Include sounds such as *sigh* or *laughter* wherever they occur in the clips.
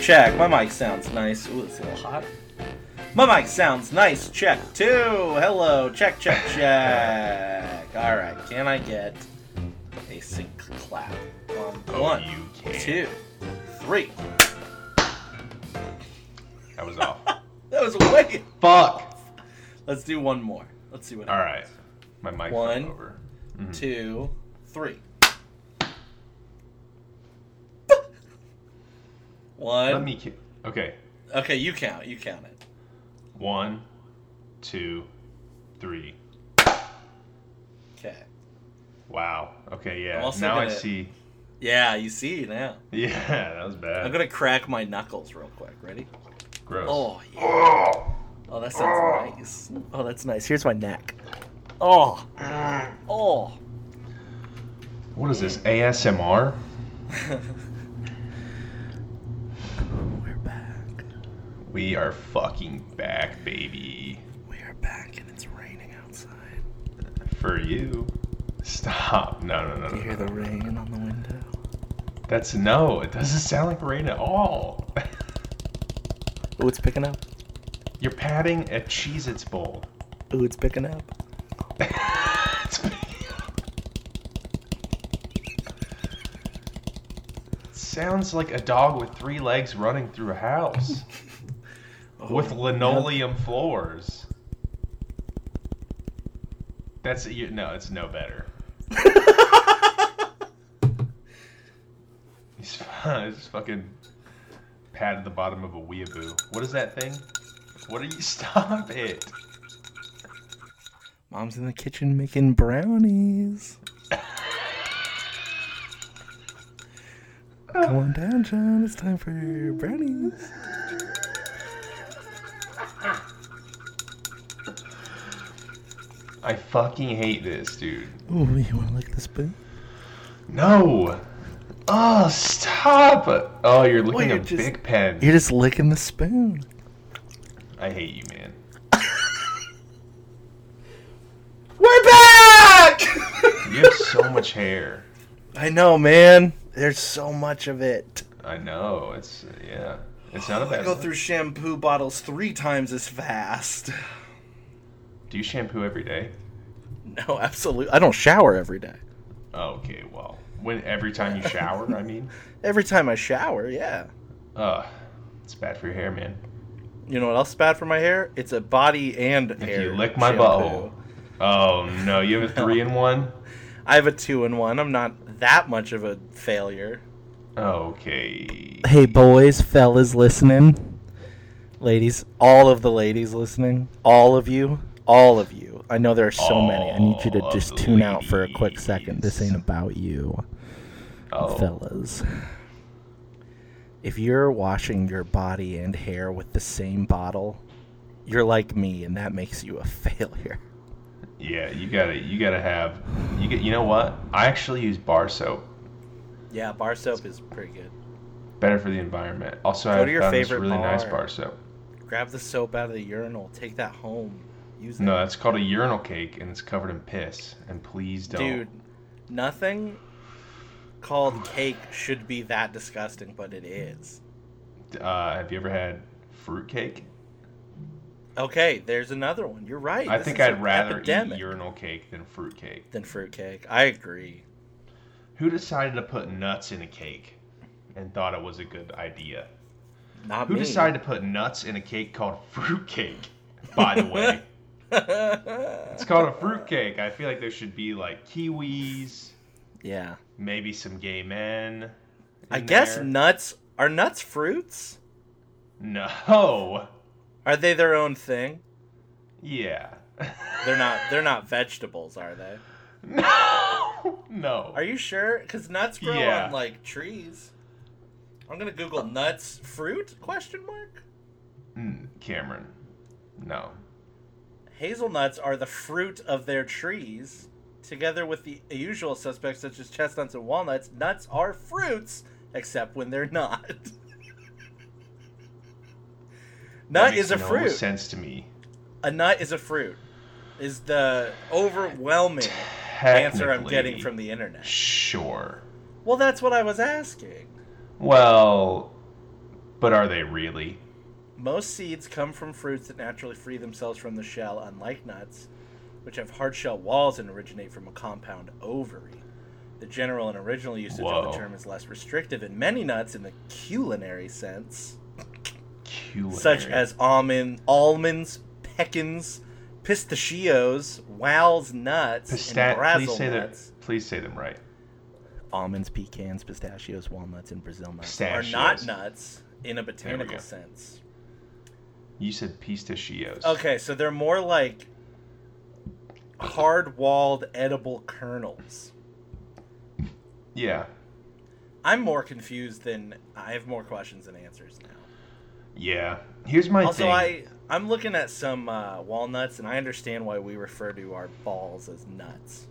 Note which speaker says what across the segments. Speaker 1: check. My mic sounds nice. Ooh, it's a little hot. My mic sounds nice. Check two. Hello. Check, check, check. All right. Can I get a sync clap? On
Speaker 2: Oh,
Speaker 1: one,
Speaker 2: you can.
Speaker 1: two, three.
Speaker 2: That was
Speaker 1: *laughs*
Speaker 2: all.
Speaker 1: That was way.
Speaker 3: Fuck.
Speaker 1: Let's do one more. Let's see what
Speaker 2: all
Speaker 1: happens.
Speaker 2: right. My mic
Speaker 1: One.
Speaker 2: fell over.
Speaker 1: Two, three. *laughs* One.
Speaker 2: Let me. ki- Okay.
Speaker 1: Okay, you count. You count it.
Speaker 2: One, two, three.
Speaker 1: Okay.
Speaker 2: Wow. Okay. Yeah.
Speaker 1: I'm also
Speaker 2: now I
Speaker 1: gonna-
Speaker 2: see. *laughs*
Speaker 1: Yeah, you see now.
Speaker 2: Yeah, that was bad.
Speaker 1: I'm gonna crack my knuckles real quick. Ready?
Speaker 2: Gross.
Speaker 1: Oh, yeah.
Speaker 2: Oh.
Speaker 1: Oh, that sounds nice. Oh, that's nice. Here's my neck. Oh. Oh. *laughs*
Speaker 2: What is this? ASMR?
Speaker 1: We're back.
Speaker 2: We are fucking back, baby.
Speaker 1: We are back, and it's raining outside.
Speaker 2: For you. Stop. No, no, no,
Speaker 1: Do you
Speaker 2: no.
Speaker 1: hear the rain on the window?
Speaker 2: That's no. It doesn't sound like rain at all. *laughs*
Speaker 1: Oh, it's picking up.
Speaker 2: You're patting a Cheez Its bowl.
Speaker 1: Oh, it's picking up.
Speaker 2: It's picking up. Sounds like a dog with three legs running through a house with linoleum floors. That's you, no, it's no better. He's, fu- he's fucking patted the bottom of a weeaboo. What is that thing? What are you? *laughs* Stop it!
Speaker 1: Mom's in the kitchen making brownies. Come on down, John. It's time for your brownies.
Speaker 2: I fucking hate this, dude.
Speaker 1: Ooh, you want to lick the spoon?
Speaker 2: No. Oh, stop. Oh, you're looking
Speaker 1: you're
Speaker 2: a
Speaker 1: just-
Speaker 2: big pen.
Speaker 1: You're just licking the spoon.
Speaker 2: I hate you, man.
Speaker 1: We're back!
Speaker 2: You have so much hair.
Speaker 1: *laughs* I know, man. There's so much of it.
Speaker 2: I know. It's yeah. It's not a
Speaker 1: I
Speaker 2: bad.
Speaker 1: go
Speaker 2: look.
Speaker 1: through shampoo bottles three times as fast.
Speaker 2: Do you shampoo every day?
Speaker 1: No, absolutely. I don't shower every day.
Speaker 2: Oh, Okay, well, when every time you shower,
Speaker 1: *laughs*
Speaker 2: I mean,
Speaker 1: Every time I shower, yeah.
Speaker 2: uh, it's bad for your hair, man.
Speaker 1: You know what else is bad for my hair? It's a body and
Speaker 2: If
Speaker 1: hair.
Speaker 2: you lick my
Speaker 1: shampoo.
Speaker 2: butthole. Oh no,
Speaker 1: *laughs*
Speaker 2: you have a three in one.
Speaker 1: I have a two in one. I'm not that much of a failure.
Speaker 2: Okay.
Speaker 1: Hey, boys, fellas listening, ladies, all of the ladies listening, all of you, all of you. I know there are so many. I need you to
Speaker 2: All of
Speaker 1: just
Speaker 2: the
Speaker 1: tune out for a quick second. This
Speaker 2: ladies.
Speaker 1: ain't about you,
Speaker 2: Oh,
Speaker 1: fellas. If you're washing your body and hair with the same bottle, you're like me, and that makes you a *laughs* failure.
Speaker 2: yeah. You gotta. You gotta have. You get. You know what? I actually use bar soap.
Speaker 1: Yeah, bar soap is pretty good.
Speaker 2: better for the environment. Also,
Speaker 1: Go
Speaker 2: I
Speaker 1: to your
Speaker 2: found this
Speaker 1: favorite
Speaker 2: really nice
Speaker 1: bar.
Speaker 2: bar soap.
Speaker 1: Grab the soap out of the urinal, take that home, use
Speaker 2: No, it's called a urinal cake, and it's covered in piss. And please don't.
Speaker 1: Dude, nothing called cake should be that disgusting, but it is.
Speaker 2: Uh, have you ever had fruit cake?
Speaker 1: Okay, there's another one. You're right.
Speaker 2: I
Speaker 1: This
Speaker 2: think
Speaker 1: is
Speaker 2: I'd
Speaker 1: an
Speaker 2: rather
Speaker 1: epidemic
Speaker 2: eat urinal cake than fruit cake.
Speaker 1: than fruitcake. I agree.
Speaker 2: Who decided to put nuts in a cake and thought it was a good idea?
Speaker 1: Not
Speaker 2: Who
Speaker 1: me.
Speaker 2: decided to put nuts in a cake called *laughs* fruit cake? By the way, it's called a fruit cake. I feel like there should be like kiwis,
Speaker 1: *laughs* Yeah.
Speaker 2: maybe some gay men.
Speaker 1: I
Speaker 2: in
Speaker 1: guess
Speaker 2: there.
Speaker 1: nuts are nuts fruits.
Speaker 2: No.
Speaker 1: Are they their own thing?
Speaker 2: Yeah. *laughs*
Speaker 1: They're not. They're not vegetables, are they?
Speaker 2: no. No.
Speaker 1: Are you sure? Because nuts grow
Speaker 2: Yeah.
Speaker 1: on like trees. I'm gonna Google nuts fruit question mark.
Speaker 2: Mm, Cameron. No.
Speaker 1: Hazelnuts are the fruit of their trees. Together with the usual suspects such as chestnuts and walnuts, nuts are fruits, except when they're not.
Speaker 2: That
Speaker 1: nut is a
Speaker 2: makes no
Speaker 1: fruit.
Speaker 2: sense to me.
Speaker 1: A nut is a fruit. Is the overwhelming answer I'm getting
Speaker 2: Technically,
Speaker 1: from the internet.
Speaker 2: Sure.
Speaker 1: Well, that's what I was asking.
Speaker 2: Well, But are they really?
Speaker 1: Most seeds come from fruits that naturally free themselves from the shell, unlike nuts, which have hard shell walls and originate from a compound ovary. The general and original usage of
Speaker 2: Whoa.
Speaker 1: the term is less restrictive in many nuts in the culinary sense,
Speaker 2: Culinary.
Speaker 1: such as almond, almonds, pecans, pistachios, wow's nuts,
Speaker 2: Pista-
Speaker 1: and Brazil
Speaker 2: please say
Speaker 1: nuts.
Speaker 2: that. Please say them right.
Speaker 1: almonds, pecans, pistachios, walnuts, and Brazil nuts
Speaker 2: Pistachios.
Speaker 1: are not nuts in a
Speaker 2: go.
Speaker 1: botanical sense.
Speaker 2: You said pistachios.
Speaker 1: Okay, so they're more like hard-walled edible kernels.
Speaker 2: Yeah.
Speaker 1: I'm more confused than I have more questions than answers now.
Speaker 2: Yeah. Here's my
Speaker 1: Also,
Speaker 2: thing.
Speaker 1: I I'm looking at some uh, walnuts, and I understand why we refer to our balls as nuts.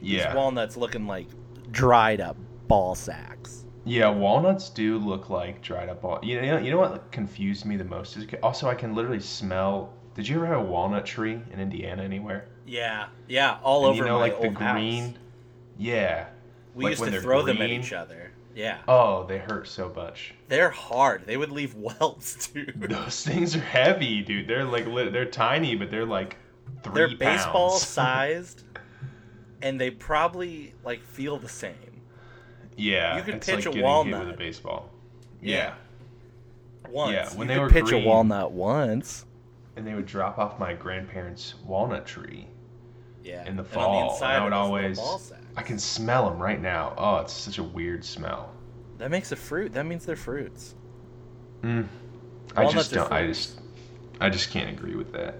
Speaker 2: yeah.
Speaker 1: These walnuts looking like dried up ball sacks.
Speaker 2: Yeah, walnuts do look like dried up walnuts. You know, you know what confused me the most is also I can literally smell. Did you ever have a walnut tree in Indiana anywhere?
Speaker 1: Yeah, yeah, all
Speaker 2: And
Speaker 1: over
Speaker 2: you know,
Speaker 1: my
Speaker 2: like the
Speaker 1: old house.
Speaker 2: green. Yeah.
Speaker 1: We
Speaker 2: like
Speaker 1: used
Speaker 2: when
Speaker 1: to
Speaker 2: they're
Speaker 1: throw them at
Speaker 2: green.
Speaker 1: each other. Yeah.
Speaker 2: Oh, they hurt so much. *laughs*
Speaker 1: They're hard. They would leave *laughs* welts, dude.
Speaker 2: Those things are heavy, dude. They're like lit- they're tiny, but they're like 3
Speaker 1: They're baseball
Speaker 2: pounds. *laughs*
Speaker 1: sized, and they probably like feel the same.
Speaker 2: yeah,
Speaker 1: You could
Speaker 2: it's
Speaker 1: pitch
Speaker 2: like
Speaker 1: a
Speaker 2: getting hit
Speaker 1: walnut.
Speaker 2: with a baseball.
Speaker 1: Yeah.
Speaker 2: yeah.
Speaker 1: Once
Speaker 2: Yeah, when
Speaker 1: you
Speaker 2: they
Speaker 1: could
Speaker 2: were
Speaker 1: pitch
Speaker 2: green.
Speaker 1: a walnut once.
Speaker 2: and they would drop off my grandparents' walnut tree
Speaker 1: Yeah.
Speaker 2: in the
Speaker 1: and
Speaker 2: fall.
Speaker 1: on
Speaker 2: and
Speaker 1: the inside
Speaker 2: I would
Speaker 1: are those little
Speaker 2: always,
Speaker 1: ball sacks.
Speaker 2: I can smell them right now. Oh, it's such a weird smell.
Speaker 1: That makes a fruit. That means they're fruits. *laughs*
Speaker 2: Mm. I
Speaker 1: Walnuts
Speaker 2: just
Speaker 1: are
Speaker 2: don't. I
Speaker 1: fruits.
Speaker 2: just, I just can't agree with that.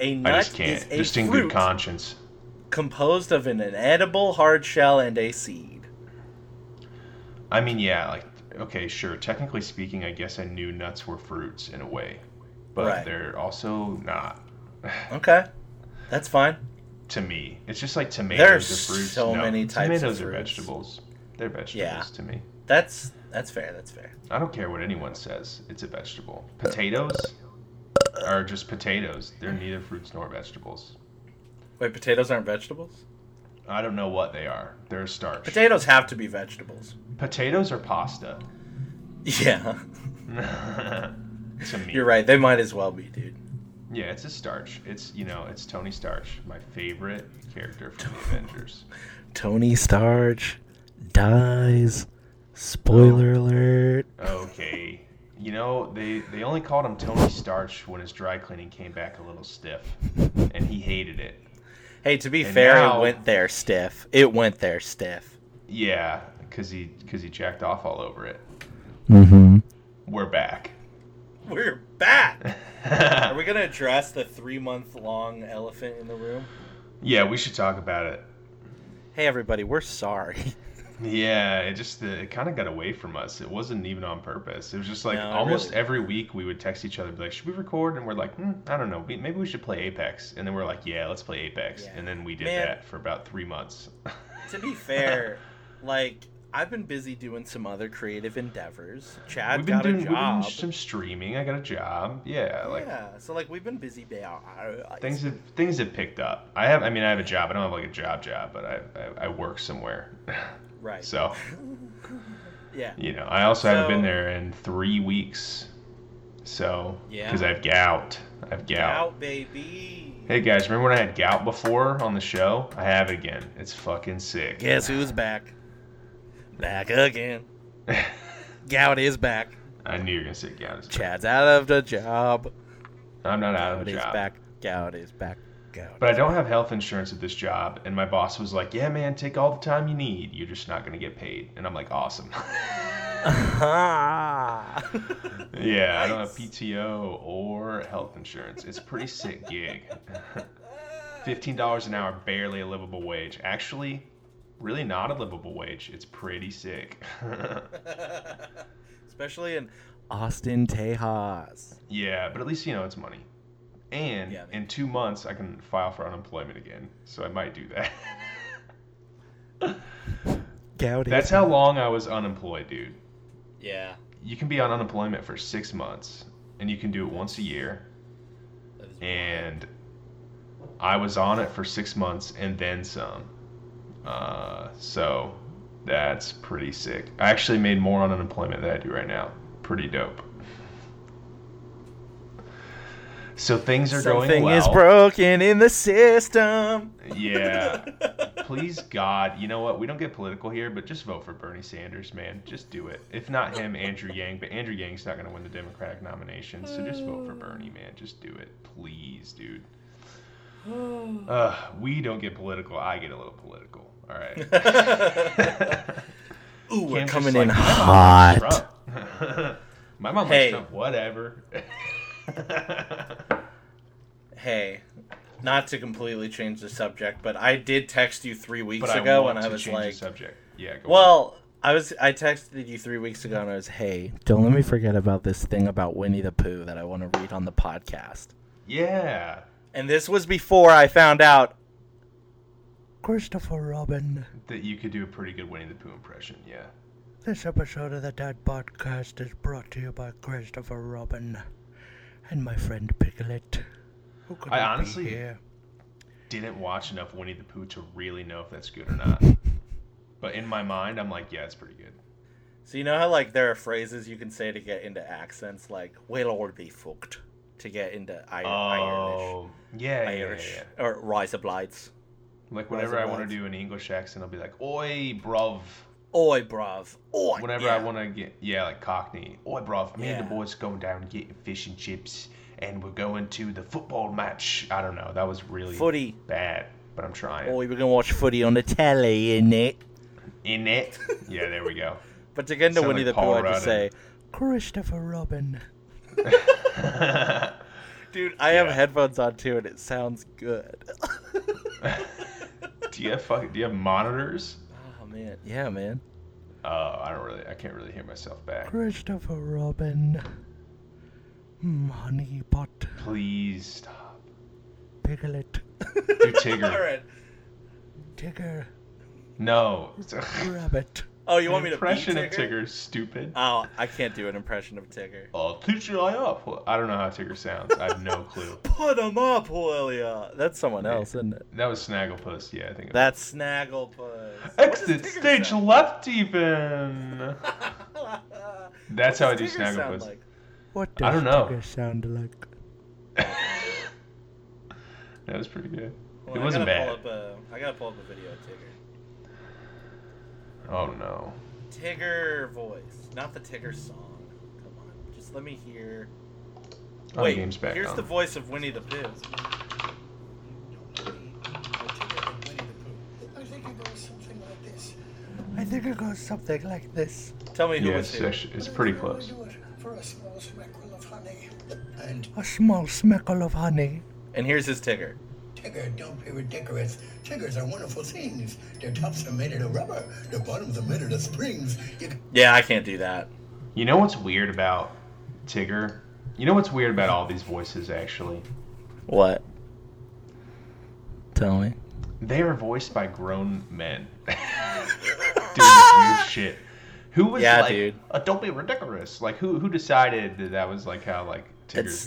Speaker 1: A
Speaker 2: I
Speaker 1: nut
Speaker 2: just can't.
Speaker 1: is a
Speaker 2: Just in
Speaker 1: fruit
Speaker 2: good conscience.
Speaker 1: composed of an edible hard shell and a seed.
Speaker 2: I mean, yeah, like, okay, sure. Technically speaking, I guess I knew nuts were fruits in a way, but
Speaker 1: Right.
Speaker 2: they're also not
Speaker 1: Okay. That's fine.
Speaker 2: to me. It's just like tomatoes
Speaker 1: There are
Speaker 2: are fruits.
Speaker 1: so
Speaker 2: no,
Speaker 1: many types of
Speaker 2: tomatoes are
Speaker 1: fruits.
Speaker 2: vegetables. They're vegetables
Speaker 1: Yeah.
Speaker 2: to me.
Speaker 1: That's that's fair. That's fair.
Speaker 2: I don't care what anyone says. It's a vegetable. Potatoes are just potatoes. They're neither fruits nor vegetables.
Speaker 1: Wait, potatoes aren't vegetables?
Speaker 2: I don't know what they are. They're a starch.
Speaker 1: Potatoes have to be vegetables. *laughs*
Speaker 2: potatoes are pasta. *laughs*
Speaker 1: Yeah.
Speaker 2: to me.
Speaker 1: You're right. They might as well be, dude.
Speaker 2: Yeah, it's a starch. It's, you know, it's Tony Starch, my favorite character from the Avengers.
Speaker 1: Tony Starch dies. Spoiler alert.
Speaker 2: Okay. You know, they, they only called him Tony Starch when his dry cleaning came back a little stiff, and he hated it.
Speaker 1: Hey, to be
Speaker 2: And
Speaker 1: fair,
Speaker 2: now-
Speaker 1: it went there stiff. It went there stiff.
Speaker 2: Yeah, because he, cause he jacked off all over it.
Speaker 1: Mm-hmm.
Speaker 2: We're back.
Speaker 1: We're *laughs* back. Are we gonna address the three month long elephant in the room?
Speaker 2: Yeah, we should talk about it.
Speaker 1: Hey, everybody, we're sorry.
Speaker 2: Yeah, it just uh, it kind of got away from us. It wasn't even on purpose. It was just like
Speaker 1: No, it
Speaker 2: almost
Speaker 1: really-
Speaker 2: every week we would text each other, be like, "Should we record?" And we're like, hmm, "I don't know. We- Maybe we should play Apex." And then we're like, "Yeah, let's play Apex."
Speaker 1: Yeah.
Speaker 2: And then we did
Speaker 1: Man.
Speaker 2: that for about three months.
Speaker 1: to be *laughs* fair, like I've been busy doing some other creative endeavors. Chad
Speaker 2: we've been
Speaker 1: got
Speaker 2: doing
Speaker 1: a
Speaker 2: we've been
Speaker 1: job.
Speaker 2: some streaming. I got a job. Yeah, like
Speaker 1: yeah, so like we've been busy. ba- uh,
Speaker 2: things have things have picked up. I have. I mean, I have a job. I don't have like a job job, but I I, I work somewhere.
Speaker 1: right?
Speaker 2: so
Speaker 1: *laughs* yeah,
Speaker 2: you know, I also haven't been
Speaker 1: So-
Speaker 2: there in three weeks. So
Speaker 1: Yeah.
Speaker 2: because I've gout. I've gout.
Speaker 1: out baby.
Speaker 2: Hey guys, remember when I had gout before on the show? I have it again. It's fucking sick.
Speaker 1: Guess who's back? Back
Speaker 2: *laughs*
Speaker 1: again. Gout is back.
Speaker 2: I knew you were gonna say gout. is bad.
Speaker 1: Chad's out of the job.
Speaker 2: I'm not out of
Speaker 1: Gout
Speaker 2: a
Speaker 1: is
Speaker 2: job.
Speaker 1: back. Gout is back. Gout.
Speaker 2: But I don't have health insurance at this job, and my boss was like, "Yeah, man, take all the time you need. You're just not gonna get paid." And I'm like, "Awesome." *laughs* yeah, I don't have
Speaker 1: Nice.
Speaker 2: PTO or health insurance. It's a pretty sick gig. *laughs* Fifteen dollars an hour, barely a livable wage. Actually, really not a livable wage. It's pretty sick. *laughs*
Speaker 1: *laughs* Especially in Austin, Tejas.
Speaker 2: Yeah, but at least you know it's money. And
Speaker 1: Yeah.
Speaker 2: in two months, I can file for unemployment again, so I might do that. *laughs*
Speaker 1: Gout
Speaker 2: That's
Speaker 1: is.
Speaker 2: how long I was unemployed, dude.
Speaker 1: Yeah,
Speaker 2: You can be on unemployment for six months, and you can do it once a year.
Speaker 1: that is
Speaker 2: And I was on it for six months and then some. Uh, so That's pretty sick. I actually made more on unemployment than I do right now. Pretty dope. So things are going
Speaker 1: Something
Speaker 2: well.
Speaker 1: is broken in the system. *laughs*
Speaker 2: Yeah. Please God, you know what? We don't get political here, but just vote for Bernie Sanders, man. Just do it. If not him, Andrew Yang. But Andrew Yang's not going to win the Democratic nomination, so just vote
Speaker 1: *sighs*
Speaker 2: for Bernie, man. Just do it, please, dude. Uh, we don't get political. I get a little political. All right.
Speaker 1: Ooh, *laughs* we're
Speaker 2: Cam's
Speaker 1: coming
Speaker 2: just
Speaker 1: in
Speaker 2: like,
Speaker 1: hot.
Speaker 2: Trump. *laughs* My mom
Speaker 1: Hey.
Speaker 2: likes Trump. Whatever.
Speaker 1: Hey, not to completely change the subject, but I did text you three weeks
Speaker 2: but I
Speaker 1: ago,
Speaker 2: want
Speaker 1: and
Speaker 2: to
Speaker 1: I was
Speaker 2: change
Speaker 1: like,
Speaker 2: the subject. Yeah. Go on.
Speaker 1: "Well, I was." I texted you three weeks ago, and I was, "Hey, don't let me forget about this thing about Winnie the Pooh that I want to read on the podcast."
Speaker 2: Yeah.
Speaker 1: And this was before I found out Christopher Robin.
Speaker 2: That you could do a pretty good Winnie the Pooh impression. Yeah.
Speaker 3: This episode of the Dad Podcast is brought to you by Christopher Robin and my friend Piglet. Who could
Speaker 2: I
Speaker 3: not be
Speaker 2: honestly-
Speaker 3: here?
Speaker 2: didn't watch enough Winnie the Pooh to really know if that's good or not. but in my mind, I'm like, yeah, it's pretty good.
Speaker 1: So you know how like there are phrases you can say to get into accents, like "We'll all be fucked" to get into I- Irish,
Speaker 2: Oh, yeah, yeah, yeah,
Speaker 1: Irish,
Speaker 2: yeah.
Speaker 1: or "Rise of Lights."
Speaker 2: Like whenever I want
Speaker 1: Rosenblatt.
Speaker 2: to do an English accent, I'll be like, "Oi, bruv."
Speaker 1: Oi, bruv. Oi.
Speaker 2: Whenever I
Speaker 1: yeah.
Speaker 2: want to get, yeah, like Cockney. Oi, bruv. Me and
Speaker 1: Yeah.
Speaker 2: the boys going down and getting fish and chips, and we're going to the football match. I don't know. That was really
Speaker 1: footy.
Speaker 2: bad, but I'm trying.
Speaker 1: Oi, we're gonna Oh, watch footy on the telly, eh, innit?
Speaker 2: In it. yeah, there
Speaker 1: *laughs*
Speaker 2: we go.
Speaker 1: But to get into
Speaker 2: Sound
Speaker 1: Winnie
Speaker 2: like
Speaker 1: the Pooh,
Speaker 2: Paul
Speaker 1: I just say,
Speaker 2: Rudd
Speaker 3: Christopher
Speaker 1: *laughs*
Speaker 3: Robin.
Speaker 1: dude, I have
Speaker 2: Yeah.
Speaker 1: headphones on too, and it sounds good.
Speaker 2: do you have fucking? Do you have monitors?
Speaker 1: oh man, yeah, man.
Speaker 2: Oh, I don't really. I can't really hear myself back.
Speaker 3: Christopher Robin. Mm, honey pot.
Speaker 2: Please stop.
Speaker 3: Piglet.
Speaker 2: Do
Speaker 1: *laughs*
Speaker 2: Tigger.
Speaker 1: all right.
Speaker 3: Tigger.
Speaker 1: *laughs*
Speaker 2: No. It's a,
Speaker 3: Rabbit.
Speaker 1: Oh, you want me to be
Speaker 2: impression
Speaker 1: Tigger?
Speaker 2: of Tigger is stupid.
Speaker 1: Oh, I can't do an impression of Tigger.
Speaker 2: I'll teach you I up. Well, I don't know how Tigger sounds. I
Speaker 1: *laughs*
Speaker 2: have no clue.
Speaker 1: Put 'em up, Willia. That's someone else, isn't it?
Speaker 2: That was Snagglepuss. Yeah, I think. it was.
Speaker 1: That's *laughs* Snagglepuss.
Speaker 2: Exit stage left, even.
Speaker 1: *laughs*
Speaker 2: That's how I do Snagglepuss.
Speaker 3: What does
Speaker 2: I don't know.
Speaker 3: Tigger sound like?
Speaker 2: That was pretty good. it wasn't bad.
Speaker 1: I gotta pull up a video of Tigger.
Speaker 2: Oh no.
Speaker 1: Tigger voice, not the Tigger song. Come on, just let me hear.
Speaker 2: Oh,
Speaker 1: Wait,
Speaker 2: the game's back
Speaker 1: here's
Speaker 2: on.
Speaker 1: the voice of Winnie the Pooh.
Speaker 4: I think it goes something like this.
Speaker 3: I think it goes something like this.
Speaker 1: Tell me who
Speaker 2: Yeah,
Speaker 1: was
Speaker 2: it's,
Speaker 1: who.
Speaker 2: actually- it's pretty close.
Speaker 4: Do it for a small smackle of honey. And
Speaker 3: A small smeckle of honey.
Speaker 1: And here's his Tigger.
Speaker 4: Tigger, don't be ridiculous. Tiggers are wonderful things. Their tops are made out of rubber. Their bottoms are made out of springs. You
Speaker 1: Yeah, I can't do that.
Speaker 2: You know what's weird about Tigger? You know what's weird about all these voices actually?
Speaker 1: What? Tell me.
Speaker 2: They are voiced by grown men *laughs* doing this weird
Speaker 1: *laughs*
Speaker 2: shit. Who was
Speaker 1: Yeah,
Speaker 2: like,
Speaker 1: dude.
Speaker 2: "Uh, don't be ridiculous. Like, who who decided that that was like how like Tigger's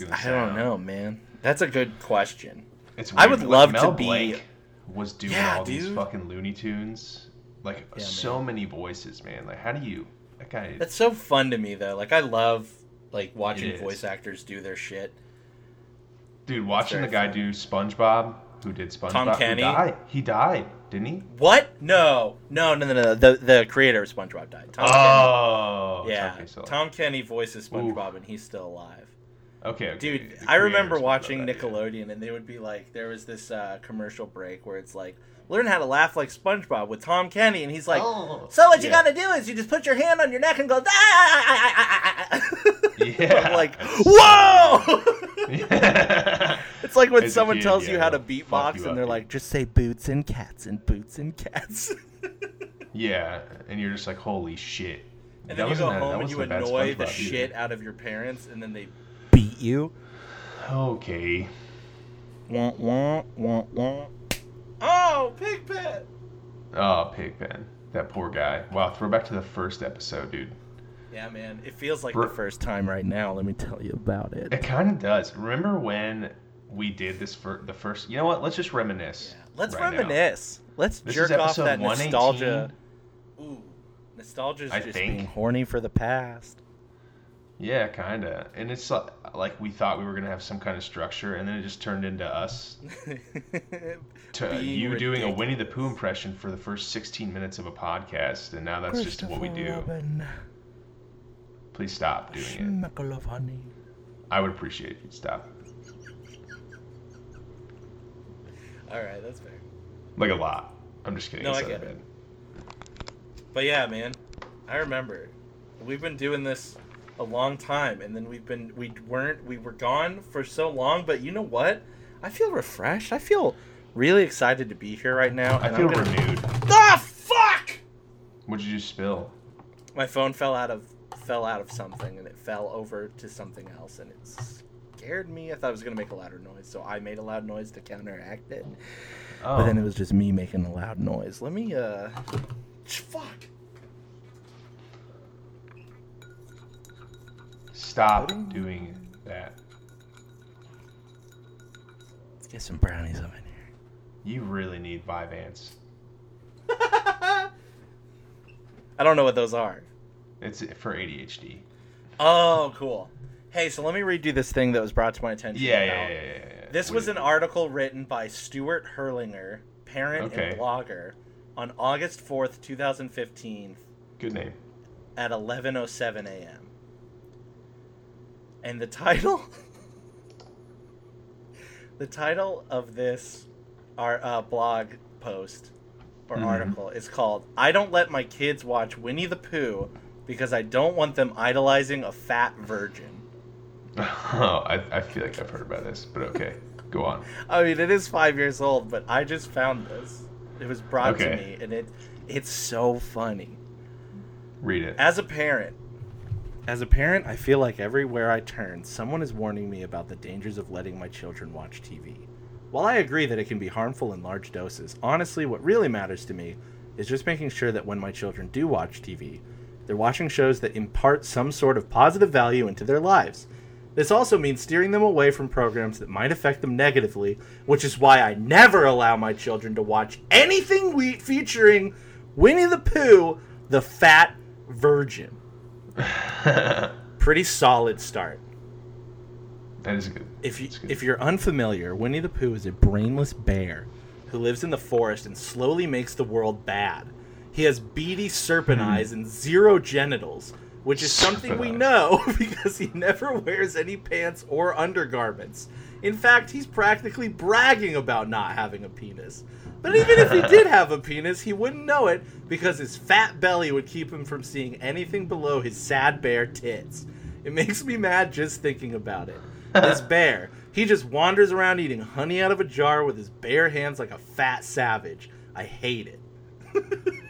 Speaker 1: It's,
Speaker 2: gonna
Speaker 1: I
Speaker 2: sound?
Speaker 1: don't know, man. That's a good question.
Speaker 2: It's
Speaker 1: I
Speaker 2: weird,
Speaker 1: would
Speaker 2: but,
Speaker 1: love
Speaker 2: Mel
Speaker 1: to be-
Speaker 2: Blanc was doing
Speaker 1: Yeah,
Speaker 2: all these
Speaker 1: dude.
Speaker 2: fucking Looney Tunes. Like
Speaker 1: Yeah,
Speaker 2: so many voices, man. Like, how do you? That guy.
Speaker 1: That's so fun to me though. Like I love like
Speaker 2: It
Speaker 1: watching
Speaker 2: is.
Speaker 1: voice actors do their shit.
Speaker 2: dude, watching
Speaker 1: very
Speaker 2: the guy
Speaker 1: fun.
Speaker 2: do SpongeBob, who did SpongeBob,
Speaker 1: Tom Kenny?
Speaker 2: He died. He died, didn't he?
Speaker 1: What? No, no, no, no, no. The the creator of SpongeBob died. Tom
Speaker 2: Oh,
Speaker 1: Kenny. yeah.
Speaker 2: Okay, so-
Speaker 1: Tom Kenny voices SpongeBob and he's still alive.
Speaker 2: okay, okay,
Speaker 1: Dude,
Speaker 2: the
Speaker 1: I
Speaker 2: creator
Speaker 1: remember
Speaker 2: of SpongeBob
Speaker 1: watching
Speaker 2: died, yeah.
Speaker 1: Nickelodeon and they would be like, there was this uh, commercial break where it's like, learn how to laugh like SpongeBob with Tom Kenny, and he's like,
Speaker 2: Oh.
Speaker 1: so what you
Speaker 2: Yeah.
Speaker 1: gotta do is you just put your hand on your neck and go, "Ah, ah, ah, ah, ah, *laughs* ah."
Speaker 2: Yeah.
Speaker 1: I'm like,
Speaker 2: That's- *laughs*
Speaker 1: whoa. *laughs* It's like when
Speaker 2: As a
Speaker 1: someone
Speaker 2: kid,
Speaker 1: tells
Speaker 2: yeah,
Speaker 1: you how to
Speaker 2: it'll fuck
Speaker 1: beatbox
Speaker 2: you
Speaker 1: and
Speaker 2: up,
Speaker 1: they're
Speaker 2: dude.
Speaker 1: like, just say boots and cats and boots and cats. *laughs*
Speaker 2: yeah, and you're just like, holy shit.
Speaker 1: And then you go
Speaker 2: wasn't that- that
Speaker 1: home and
Speaker 2: wasn't
Speaker 1: you
Speaker 2: a bad
Speaker 1: annoy the
Speaker 2: SpongeBob either.
Speaker 1: shit out of your parents and then they
Speaker 3: Beat you?
Speaker 2: Okay.
Speaker 1: womp womp womp womp. Oh, pig pet!
Speaker 2: Oh, Pigpen, that poor guy. Wow, throwback to the first episode, dude.
Speaker 1: Yeah, man. It feels like
Speaker 2: Br-
Speaker 1: the first time right now. Let me tell you about it.
Speaker 2: *laughs* It kind of does. Remember when we did this for the first? You know what? Let's just reminisce.
Speaker 1: Let's
Speaker 2: right now.
Speaker 1: reminisce. Let's
Speaker 2: This
Speaker 1: jerk
Speaker 2: is
Speaker 1: off
Speaker 2: episode
Speaker 1: that
Speaker 2: 118.
Speaker 1: nostalgia. Ooh, Nostalgia's
Speaker 2: I
Speaker 1: just
Speaker 2: think.
Speaker 1: being horny for the past. *laughs*
Speaker 2: Yeah, kind of. And it's li- like we thought we were going to have some kind of structure, and then it just turned into us. To
Speaker 1: Being
Speaker 2: you doing a
Speaker 1: ridiculous.
Speaker 2: Winnie the Pooh impression for the first 16 minutes of a podcast, and now that's just what we do.
Speaker 3: Robin,
Speaker 2: Please stop doing it.
Speaker 3: smackle of honey.
Speaker 2: I would appreciate it if you'd stop.
Speaker 1: All right, that's fair.
Speaker 2: Like a lot. I'm just kidding.
Speaker 1: No,
Speaker 2: it's
Speaker 1: I
Speaker 2: not
Speaker 1: get
Speaker 2: that
Speaker 1: it.
Speaker 2: bad.
Speaker 1: But yeah, man, I remember. We've been doing this a long time, and then we've been we weren't we were gone for so long. But you know what? I feel refreshed. I feel really excited to be here right now.
Speaker 2: I
Speaker 1: and
Speaker 2: feel
Speaker 1: I'm gonna...
Speaker 2: renewed.
Speaker 1: Ah, fuck!
Speaker 2: What'd you just spill?
Speaker 1: My phone fell out of fell out of something, and it fell over to something else, and it scared me. I thought it was gonna make a louder noise, so I made a loud noise to counteract it.
Speaker 2: Oh,
Speaker 1: But then it was just me making a loud noise. Let me uh, fuck.
Speaker 2: stop doing that.
Speaker 3: Let's get some brownies up in here.
Speaker 2: You really need Vyvanse.
Speaker 1: I don't know what those are.
Speaker 2: It's for ADHD.
Speaker 1: Oh, cool. Hey, so let me redo this thing that was brought to my attention.
Speaker 2: Yeah, yeah,
Speaker 1: about-
Speaker 2: yeah, yeah, yeah.
Speaker 1: This
Speaker 2: What
Speaker 1: was
Speaker 2: is
Speaker 1: an
Speaker 2: it?
Speaker 1: article written by Stuart Hurlinger, parent
Speaker 2: Okay.
Speaker 1: and blogger, on August 4th, 2015,
Speaker 2: Good name. *laughs*
Speaker 1: at 11:07 a.m. And the title *laughs* The title of this our uh, blog post or
Speaker 2: Mhm.
Speaker 1: article is called I don't let my kids watch Winnie the Pooh because I don't want them idolizing a fat virgin.
Speaker 2: Oh, I, I feel like I've heard about this, but okay. Go on.
Speaker 1: I mean, it is 5 years old, but I just found this. It was brought to
Speaker 2: Okay.
Speaker 1: me and it it's so funny.
Speaker 2: Read it.
Speaker 1: As a parent, as a parent, I feel like everywhere I turn, someone is warning me about the dangers of letting my children watch TV. While I agree that it can be harmful in large doses, honestly, what really matters to me is just making sure that when my children do watch TV, they're watching shows that impart some sort of positive value into their lives. This also means steering them away from programs that might affect them negatively, which is why I never allow my children to watch anything we- featuring Winnie the Pooh, the Fat Virgin. Pretty solid start.
Speaker 2: that is good.
Speaker 1: If you
Speaker 2: That's good.
Speaker 1: if you're unfamiliar, Winnie the Pooh is a brainless bear who lives in the forest and slowly makes the world bad. He has beady
Speaker 2: Hmm.
Speaker 1: serpent eyes and zero genitals, which is something we
Speaker 2: Serpent
Speaker 1: know *laughs* because he never wears any pants or undergarments. In fact, he's practically bragging about not having a penis. But even if he did have a penis, he wouldn't know it because his fat belly would keep him from seeing anything below his sad bare tits. It makes me mad just thinking about it. This bear, he just wanders around eating honey out of a jar with his bare hands like a fat savage. I hate it. *laughs*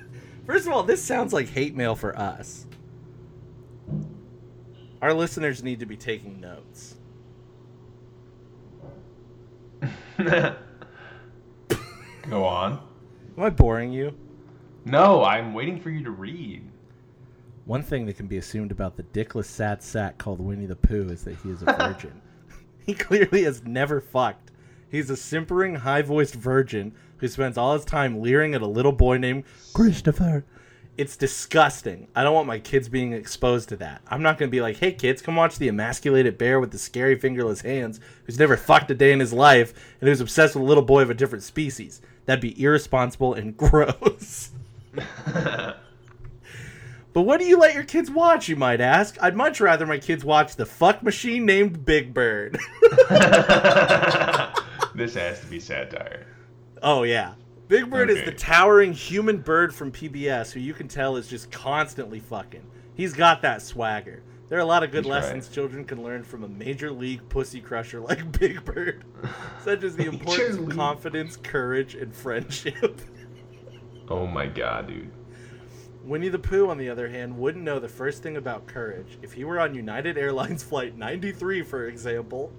Speaker 1: First of all, this sounds like hate mail for us. Our listeners need to be taking notes.
Speaker 2: *laughs* Go on.
Speaker 1: Am I boring you?
Speaker 2: No, I'm waiting for you to read. *laughs*
Speaker 1: One thing that can be assumed about the dickless sad sack called Winnie the Pooh is that he is a virgin. *laughs* he clearly has never fucked. He's a simpering, high voiced virgin who spends all his time leering at a little boy named Christopher. It's disgusting. I don't want my kids being exposed to that. I'm not going to be like, hey, kids, come watch the emasculated bear with the scary fingerless hands who's never fucked a day in his life and who's obsessed with a little boy of a different species. That'd be irresponsible and *laughs* gross. But what do you let your kids watch, you might ask? I'd much rather my kids watch the fuck machine named Big Bird. *laughs*
Speaker 2: This has to be satire.
Speaker 1: oh, yeah. Big Bird is
Speaker 2: Okay.
Speaker 1: the towering human bird from PBS who you can tell is just constantly fucking. He's got that swagger. There are a lot of good
Speaker 2: He's
Speaker 1: lessons children can learn from a major league pussy crusher like *laughs* Big
Speaker 2: *laughs*
Speaker 1: Bird, such as the importance of
Speaker 2: league.
Speaker 1: confidence, courage, and friendship. *laughs*
Speaker 2: Oh my god, dude.
Speaker 1: Winnie the Pooh, on the other hand, wouldn't know the first thing about courage. If he were on United Airlines *laughs* Flight 93, for example,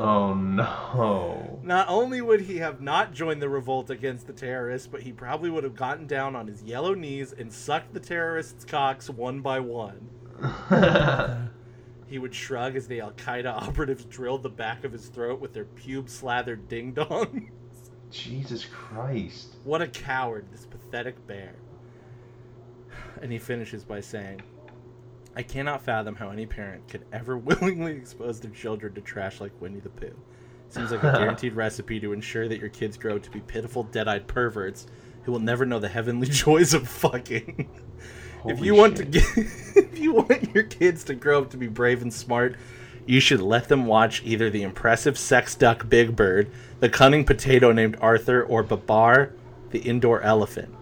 Speaker 2: Oh no. *laughs*
Speaker 1: Not only would he have not joined the revolt against the terrorists, but he probably would have gotten down on his yellow knees and sucked the terrorists' cocks one by one. He would shrug as the Al Qaeda *laughs* operatives drilled the back of his throat with their pube slathered ding dong.
Speaker 2: Jesus Christ.
Speaker 1: what a coward, this pathetic bear. And he finishes by saying, I cannot fathom how any parent could ever *laughs* willingly expose their children to trash like Winnie the Pooh. Seems like a guaranteed recipe to ensure that your kids grow to be pitiful, dead eyed perverts who will never know the heavenly *laughs* joys of fucking. if
Speaker 2: Holy
Speaker 1: you want
Speaker 2: shit.
Speaker 1: to get, *laughs* if you want your kids to grow up to be brave and smart, you should let them watch either the impressive sex duck Big Bird, the cunning potato named Arthur, or Babar, the indoor elephant.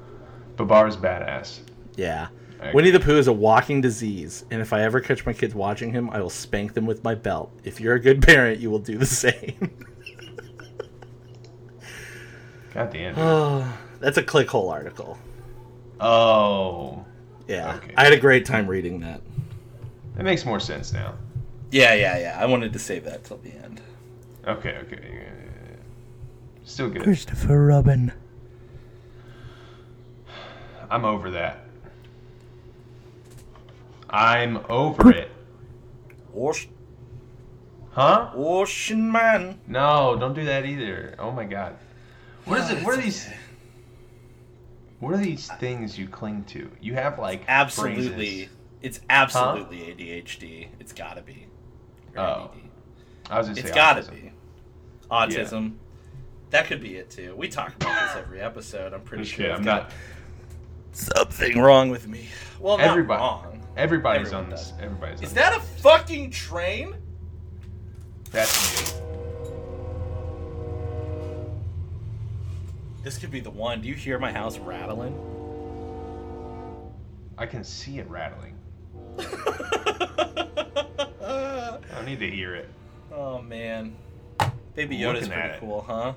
Speaker 2: Babar's badass.
Speaker 1: Yeah.
Speaker 2: I
Speaker 1: Winnie the Pooh is a walking disease, and if I ever catch my kids watching him, I will spank them with my belt. If you're a good parent, you will do the *laughs* same. *sighs*
Speaker 2: God damn. dude.
Speaker 1: That's a clickhole article.
Speaker 2: Oh,
Speaker 1: Yeah.
Speaker 2: Okay.
Speaker 1: I had a great time reading that.
Speaker 2: that makes more sense now.
Speaker 1: Yeah, yeah, yeah. I wanted to save that till the end.
Speaker 2: Okay, okay. yeah, yeah, yeah. Still good.
Speaker 3: Christopher Robin.
Speaker 2: I'm over that. I'm over it.
Speaker 1: Wash,
Speaker 2: Huh?
Speaker 1: washing man.
Speaker 2: No, don't do that either. Oh my god. What is it? What are these? What are these things you cling to? You have like
Speaker 1: Absolutely.
Speaker 2: phrases.
Speaker 1: It's absolutely ADHD. It's gotta be. Or
Speaker 2: Oh.
Speaker 1: ADD.
Speaker 2: I was gonna
Speaker 1: It's
Speaker 2: say
Speaker 1: gotta
Speaker 2: autism.
Speaker 1: be. Autism. That could be it too. We talk about this every episode. I'm pretty
Speaker 2: Just
Speaker 1: sure.
Speaker 2: kidding,
Speaker 1: I've
Speaker 2: I'm
Speaker 1: got
Speaker 2: not.
Speaker 1: something wrong with me. Well, not
Speaker 2: Everybody-
Speaker 1: wrong.
Speaker 2: Everybody's
Speaker 1: Everyone
Speaker 2: on this.
Speaker 1: does.
Speaker 2: Everybody's
Speaker 1: Is
Speaker 2: on
Speaker 1: that a fucking train?
Speaker 2: this. That's me.
Speaker 1: This could be the one. Do you hear my house rattling? *laughs*
Speaker 2: I can see it rattling. I need to hear it.
Speaker 1: oh man, Baby
Speaker 2: Looking
Speaker 1: Yoda's
Speaker 2: at
Speaker 1: pretty
Speaker 2: it.
Speaker 1: cool, huh?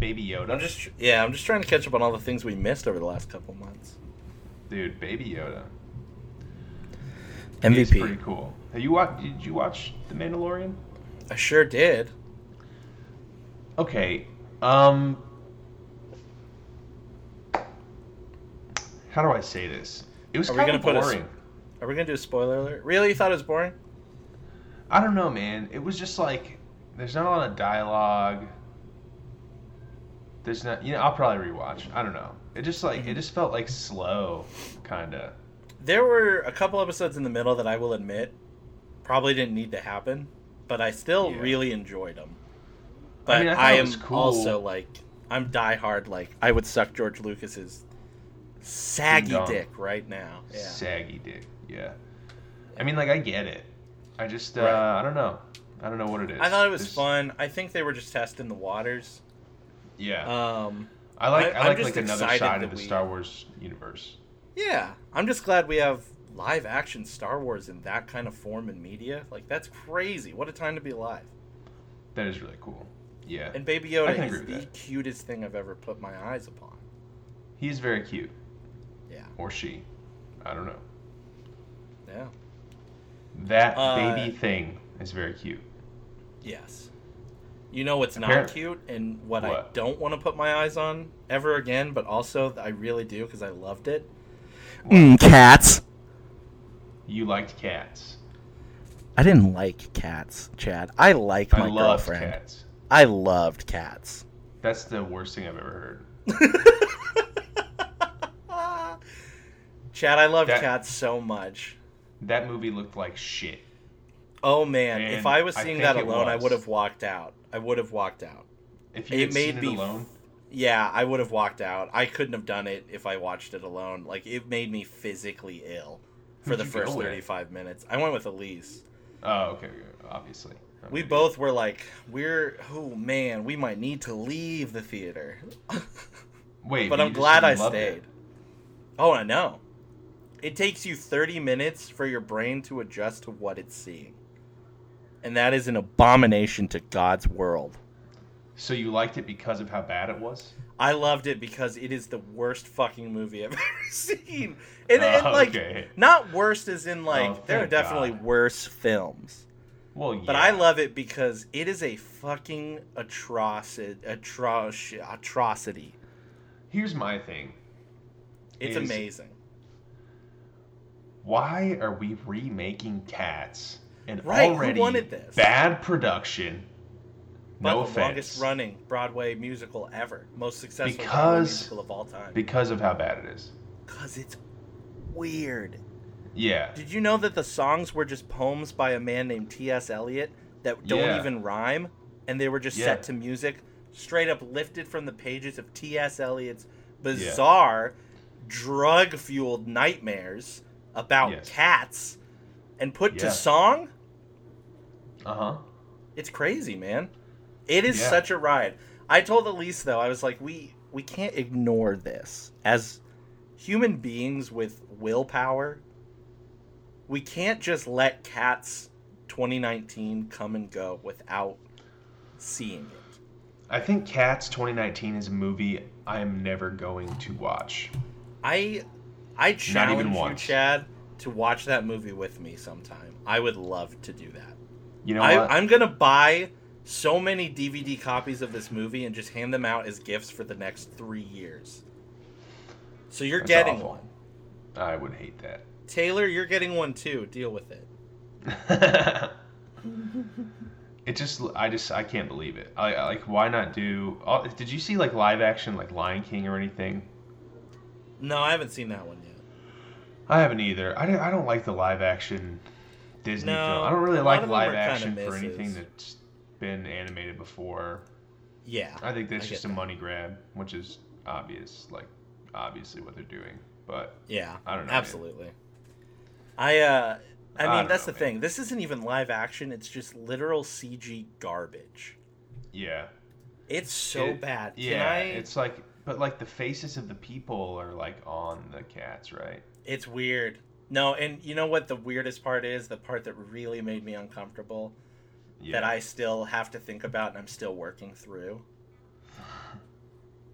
Speaker 2: Baby Yoda.
Speaker 1: I'm just yeah, I'm just trying to catch up on all the things we missed over the last couple months.
Speaker 2: Dude, Baby Yoda. He's pretty
Speaker 1: MVP.
Speaker 2: cool. Have you watch? Did you watch The Mandalorian?
Speaker 1: I sure did.
Speaker 2: Okay. Um. How do I say this? It was
Speaker 1: Are we
Speaker 2: kind
Speaker 1: gonna
Speaker 2: of
Speaker 1: put a s-
Speaker 2: boring.
Speaker 1: Are we gonna do a spoiler alert? Really? You thought it was boring?
Speaker 2: I don't know, man. It was just like there's not a lot of dialogue. There's not, you know. I'll probably rewatch. I don't know. It just like
Speaker 1: Mm-hmm.
Speaker 2: it just felt like slow, kinda.
Speaker 1: There were a couple episodes in the middle that I will admit probably didn't need to happen, but I still
Speaker 2: Yeah.
Speaker 1: really enjoyed them. But I,
Speaker 2: mean, I thought it
Speaker 1: am
Speaker 2: was cool.
Speaker 1: also like I'm diehard. Like I would suck George Lucas's saggy
Speaker 2: Ding dong.
Speaker 1: dick right now. Yeah.
Speaker 2: saggy dick. Yeah. I mean, like I get it. I just uh,
Speaker 1: Right.
Speaker 2: I don't know. I don't know what it is.
Speaker 1: I thought it was
Speaker 2: There's-
Speaker 1: fun. I think they were just testing the waters.
Speaker 2: Yeah.
Speaker 1: Um,
Speaker 2: I like
Speaker 1: I-
Speaker 2: I,
Speaker 1: I'm
Speaker 2: like
Speaker 1: just
Speaker 2: like another
Speaker 1: excited
Speaker 2: side
Speaker 1: that
Speaker 2: of the
Speaker 1: we-
Speaker 2: Star Wars universe.
Speaker 1: yeah, I'm just glad we have live action Star Wars in that kind of form in media. Like that's crazy. What a time to be alive.
Speaker 2: That is really cool. Yeah.
Speaker 1: And Baby
Speaker 2: I
Speaker 1: Yoda
Speaker 2: can agree
Speaker 1: is
Speaker 2: with
Speaker 1: the
Speaker 2: that.
Speaker 1: cutest thing I've ever put my eyes upon.
Speaker 2: He's very cute.
Speaker 1: Yeah.
Speaker 2: Or she. I don't know.
Speaker 1: Yeah.
Speaker 2: That
Speaker 1: Uh,
Speaker 2: baby thing is very cute.
Speaker 1: Yes. You know what's not
Speaker 2: Apparent-
Speaker 1: cute and what, I
Speaker 2: What?
Speaker 1: don't want to put my eyes on ever again, but also I really do because I loved it. Mm,
Speaker 3: cats.
Speaker 2: You liked cats.
Speaker 1: I didn't like cats, Chad. I like my
Speaker 2: I loved
Speaker 1: girlfriend.
Speaker 2: cats.
Speaker 1: I loved cats.
Speaker 2: That's the worst thing I've ever heard.
Speaker 1: Ah. Chad, I loved
Speaker 2: That-
Speaker 1: cats so much.
Speaker 2: That movie looked like shit.
Speaker 1: Oh man, if
Speaker 2: And
Speaker 1: I was
Speaker 2: I
Speaker 1: seeing
Speaker 2: think
Speaker 1: that
Speaker 2: it
Speaker 1: alone, I
Speaker 2: was.
Speaker 1: would have walked out. I would have walked out.
Speaker 2: If you
Speaker 1: It
Speaker 2: had
Speaker 1: made
Speaker 2: seen
Speaker 1: me
Speaker 2: it alone,
Speaker 1: Yeah, I would have walked out. I couldn't have done it if I watched it alone. Like it made me physically ill for
Speaker 2: Who'd
Speaker 1: the
Speaker 2: you
Speaker 1: first
Speaker 2: go with?
Speaker 1: 35 minutes. I went with Elise.
Speaker 2: oh okay, okay, obviously. I'm
Speaker 1: We
Speaker 2: an
Speaker 1: both were like, we're oh man, we might need to leave the theater.
Speaker 2: idiot. Wait,
Speaker 1: but
Speaker 2: you
Speaker 1: I'm
Speaker 2: just
Speaker 1: glad
Speaker 2: said you
Speaker 1: I
Speaker 2: loved it.
Speaker 1: stayed. Oh, I know. It takes you 30 minutes for your brain to adjust to what it's seeing. And that is an abomination to God's world.
Speaker 2: So you liked it because of how bad it was?
Speaker 1: I loved it because it is the worst fucking movie I've *laughs* ever seen. And, and
Speaker 2: Oh,
Speaker 1: like,
Speaker 2: okay.
Speaker 1: not worst as in like,
Speaker 2: Oh,
Speaker 1: there are
Speaker 2: thank
Speaker 1: definitely
Speaker 2: God.
Speaker 1: worse films.
Speaker 2: Well, yeah.
Speaker 1: But I love it because it is a fucking atrocity. Atroc- atrocity.
Speaker 2: Here's my thing.
Speaker 1: It's
Speaker 2: Is-
Speaker 1: amazing.
Speaker 2: why are we remaking cats and
Speaker 1: Right, who
Speaker 2: already
Speaker 1: wanted this?
Speaker 2: bad production
Speaker 1: But
Speaker 2: no
Speaker 1: the
Speaker 2: offense
Speaker 1: longest running Broadway musical ever. Most successful Broadway
Speaker 2: Because-
Speaker 1: musical of all time.
Speaker 2: because of how bad it is
Speaker 1: Because it's weird.
Speaker 2: Yeah.
Speaker 1: Did you know that the songs were just poems by a man named T.S. Eliot that don't
Speaker 2: Yeah.
Speaker 1: even rhyme, and they were just
Speaker 2: Yeah.
Speaker 1: set to music, straight up lifted from the pages of T.S. Eliot's bizarre, drug fueled nightmares about
Speaker 2: Yes.
Speaker 1: cats, and put
Speaker 2: Yeah.
Speaker 1: to song?
Speaker 2: Uh huh.
Speaker 1: It's crazy, man. It is
Speaker 2: Yeah.
Speaker 1: such a ride. I told Elise though, I was like, we we can't ignore this as human beings with willpower. We can't just let cats 2019 come and go without seeing it.
Speaker 2: I think Cats 2019 is a movie I am never going to watch.
Speaker 1: I I challenge you,
Speaker 2: once.
Speaker 1: Chad, to watch that movie with me sometime. I would love to do that.
Speaker 2: You know what?
Speaker 1: I, I'm gonna buy so many DVD copies of this movie and just hand them out as gifts for the next three years. So you're
Speaker 2: That's
Speaker 1: getting
Speaker 2: awful.
Speaker 1: one,
Speaker 2: I would hate that.
Speaker 1: *laughs* Taylor. You're getting one too. Deal with it.
Speaker 2: it just i just i can't believe it i I- like why not do all- did you see like live action like lion king or anything
Speaker 1: No, I haven't seen that one yet.
Speaker 2: i haven't either i don't, I don't like the live action disney
Speaker 1: No,
Speaker 2: film i don't really
Speaker 1: a lot
Speaker 2: like
Speaker 1: of them are
Speaker 2: live
Speaker 1: kinda
Speaker 2: action for
Speaker 1: misses.
Speaker 2: anything that's been animated before
Speaker 1: Yeah,
Speaker 2: i think
Speaker 1: I
Speaker 2: that's
Speaker 1: get
Speaker 2: just a
Speaker 1: that.
Speaker 2: money grab which is obvious like obviously what they're doing but
Speaker 1: yeah.
Speaker 2: I don't know, man.
Speaker 1: Absolutely. I uh, I
Speaker 2: I
Speaker 1: mean
Speaker 2: don't
Speaker 1: that's
Speaker 2: know,
Speaker 1: the
Speaker 2: man.
Speaker 1: thing. This isn't even live action. It's just literal CG garbage.
Speaker 2: yeah
Speaker 1: It's so
Speaker 2: It-
Speaker 1: bad. Can
Speaker 2: yeah
Speaker 1: I-
Speaker 2: it's like but like the faces of the people are like on the cats right
Speaker 1: It's weird. No, and you know what the weirdest part is? The part that really made me uncomfortable
Speaker 2: yeah
Speaker 1: that I still have to think about and I'm still working
Speaker 2: *sighs*
Speaker 1: through.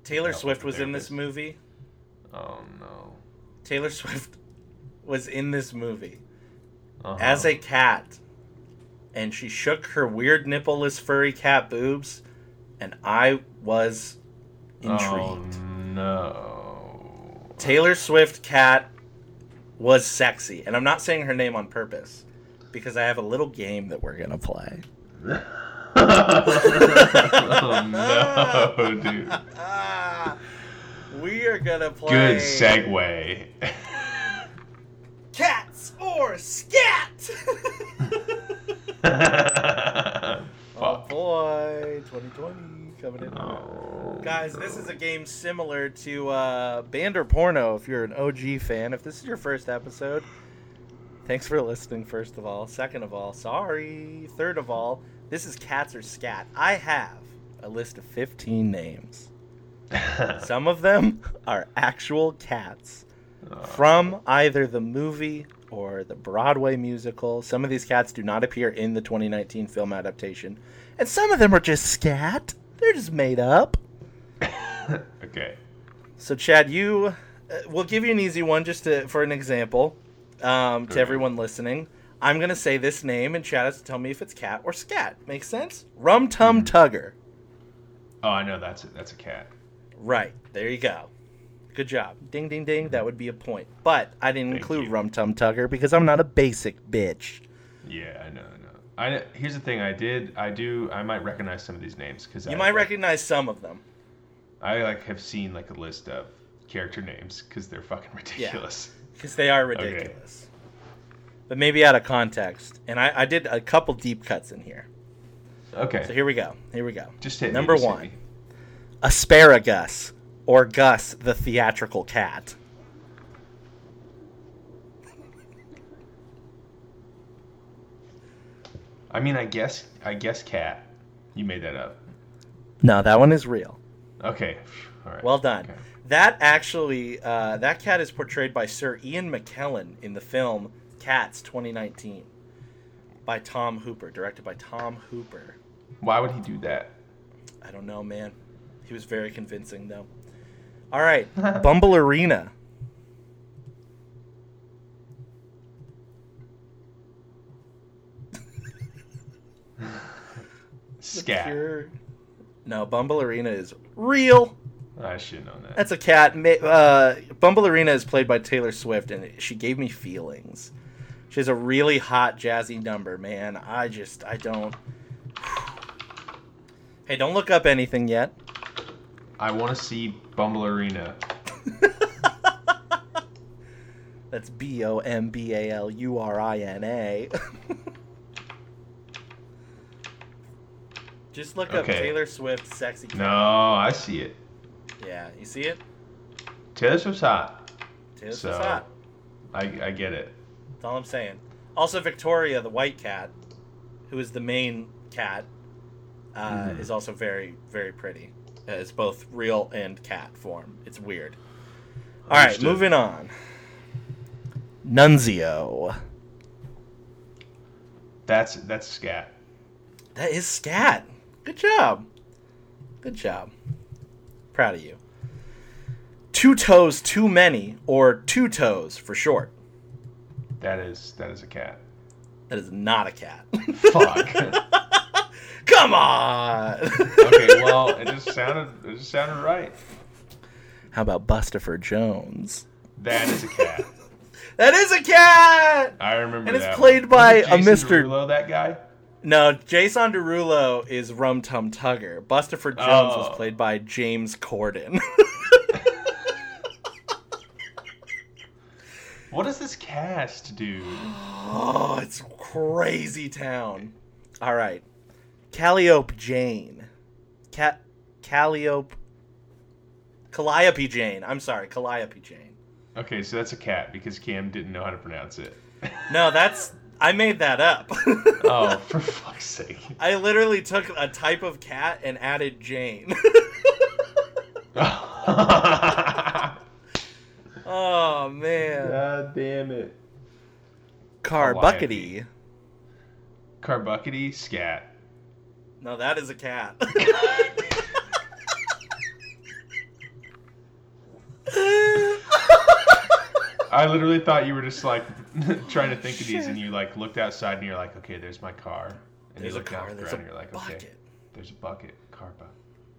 Speaker 1: Taylor
Speaker 2: Yeah,
Speaker 1: Swift was
Speaker 2: there
Speaker 1: in
Speaker 2: it
Speaker 1: this
Speaker 2: is.
Speaker 1: movie.
Speaker 2: oh no
Speaker 1: Taylor *laughs* Swift was in this movie
Speaker 2: Uh-huh.
Speaker 1: as a cat. And she shook her weird nippleless furry cat boobs and I was intrigued.
Speaker 2: Oh,
Speaker 1: *laughs*
Speaker 2: no.
Speaker 1: Taylor Swift cat was sexy, and I'm not saying her name on purpose because I have a little game that we're gonna play.
Speaker 2: *laughs* oh no, dude.
Speaker 1: Ah, we are gonna play
Speaker 2: Good segue. *laughs*
Speaker 1: cats or scat. *laughs* oh
Speaker 2: Fuck.
Speaker 1: boy, 2020 coming in.
Speaker 2: Oh.
Speaker 1: Guys, this is a game similar to uh, Band or Porno if you're an OG fan. If this is your first episode, thanks for listening, first of all. Second of all, sorry. Third of all, this is Cats or Scat. I have a list of 15 names. Some of them are actual cats from either the movie or the Broadway musical. Some of these cats do not appear in the 2019 film adaptation, and some of them are just scat. They're just made up.
Speaker 2: okay.
Speaker 1: So Chad, you uh, we'll give you an easy one just to, for an example um, to
Speaker 2: Okay.
Speaker 1: everyone listening. I'm gonna say this name, and Chad has to tell me if it's cat or scat. Makes sense? Rum Tum
Speaker 2: Mm-hmm.
Speaker 1: Tugger.
Speaker 2: Oh, I know that's it. That's a cat.
Speaker 1: Right there, you go. Good job. Ding ding ding. That would be a point, but I didn't
Speaker 2: Thank
Speaker 1: include
Speaker 2: you.
Speaker 1: Rum Tum Tugger because I'm not a basic bitch.
Speaker 2: Yeah, I know. I know. I know. Here's the thing. I did. I do. I might recognize some of these names because
Speaker 1: You might recognize some of them.
Speaker 2: I like have seen like a list of character names because they're fucking *laughs* ridiculous.
Speaker 1: because they are
Speaker 2: Okay.
Speaker 1: ridiculous. But maybe out of context. And I, I did a couple deep cuts in here.
Speaker 2: Okay.
Speaker 1: So here we go. Here we go.
Speaker 2: Just hit me,
Speaker 1: number
Speaker 2: just hit
Speaker 1: one.
Speaker 2: me.
Speaker 1: Asparagus or Gus the theatrical cat.
Speaker 2: I mean, I guess, I guess, cat. You made that up.
Speaker 1: No, that one is real.
Speaker 2: Okay. *sighs* All right.
Speaker 1: Well done.
Speaker 2: Okay.
Speaker 1: That actually, uh, that cat is portrayed by Sir Ian McKellen in the film Cats 2019 by Tom Hooper, directed by Tom Hooper.
Speaker 2: Why would he do that?
Speaker 1: I don't know, man. He was very convincing, though. All
Speaker 2: *laughs*
Speaker 1: right, Bumble Arena.
Speaker 2: Scat.
Speaker 1: Pure- No, Bumble Arena is real.
Speaker 2: I should know that.
Speaker 1: That's a cat. Ma- Uh, Bumble Arena is played by Taylor Swift, and she gave me feelings. She has a really hot jazzy number, man. I just, I don't. *sighs* Hey, don't look up anything yet.
Speaker 2: I want to see Bumble Arena.
Speaker 1: That's B O M B A L U R I N A. *laughs* Just look up
Speaker 2: Okay.
Speaker 1: Taylor Swift sexy.
Speaker 2: No, I see it.
Speaker 1: Yeah, you see it?
Speaker 2: Taylor Swift's hot.
Speaker 1: Taylor
Speaker 2: So-
Speaker 1: Swift's hot.
Speaker 2: I, I get it.
Speaker 1: That's all I'm saying. Also, Victoria, the white cat, who is the main cat, uh,
Speaker 2: Mhm.
Speaker 1: is also very, very pretty. Uh, it's both real and cat form. It's weird. All right,
Speaker 2: Understood.
Speaker 1: moving on. Nunzio.
Speaker 2: That's that's scat.
Speaker 1: That is scat. Good job. Good job. Proud of you. Two toes too many, or two toes for short.
Speaker 2: That is that is a cat.
Speaker 1: That is not a cat. *laughs*
Speaker 2: Fuck.
Speaker 1: Come on. *laughs*
Speaker 2: okay, well, it just sounded it just sounded right.
Speaker 1: How about Bustopher Jones?
Speaker 2: That is a cat.
Speaker 1: That is a cat.
Speaker 2: I remember
Speaker 1: And it's
Speaker 2: that
Speaker 1: played
Speaker 2: one.
Speaker 1: by
Speaker 2: Wasn't
Speaker 1: a
Speaker 2: Jason
Speaker 1: Mr.
Speaker 2: Derulo, that guy.
Speaker 1: No, Jason Derulo is Rum Tum Tugger. Bustopher Jones
Speaker 2: Oh.
Speaker 1: was played by James Corden. *laughs*
Speaker 2: What is this cast, dude?
Speaker 1: oh, it's crazy town. All right, Calliope Jane, Cat Calliope, Calliope Jane. I'm sorry, Calliope Jane.
Speaker 2: Okay, so that's a cat because Cam didn't know how to pronounce it.
Speaker 1: No, that's I made that up. *laughs*
Speaker 2: Oh, *laughs* for fuck's sake. *laughs*
Speaker 1: I literally took a type of cat and added Jane. *laughs*
Speaker 2: God
Speaker 1: oh man.
Speaker 2: damn it.
Speaker 1: Carbuckety.
Speaker 2: Carbuckety scat.
Speaker 1: No, that is a cat. *laughs*
Speaker 2: I literally thought you were just like *laughs* trying to think of these, and you like looked outside and you're like, okay, there's my car. And
Speaker 1: There's a
Speaker 2: you look
Speaker 1: car,
Speaker 2: out the
Speaker 1: there's
Speaker 2: ground
Speaker 1: a
Speaker 2: and you're like, okay,
Speaker 1: bucket.
Speaker 2: there's a bucket, carpa,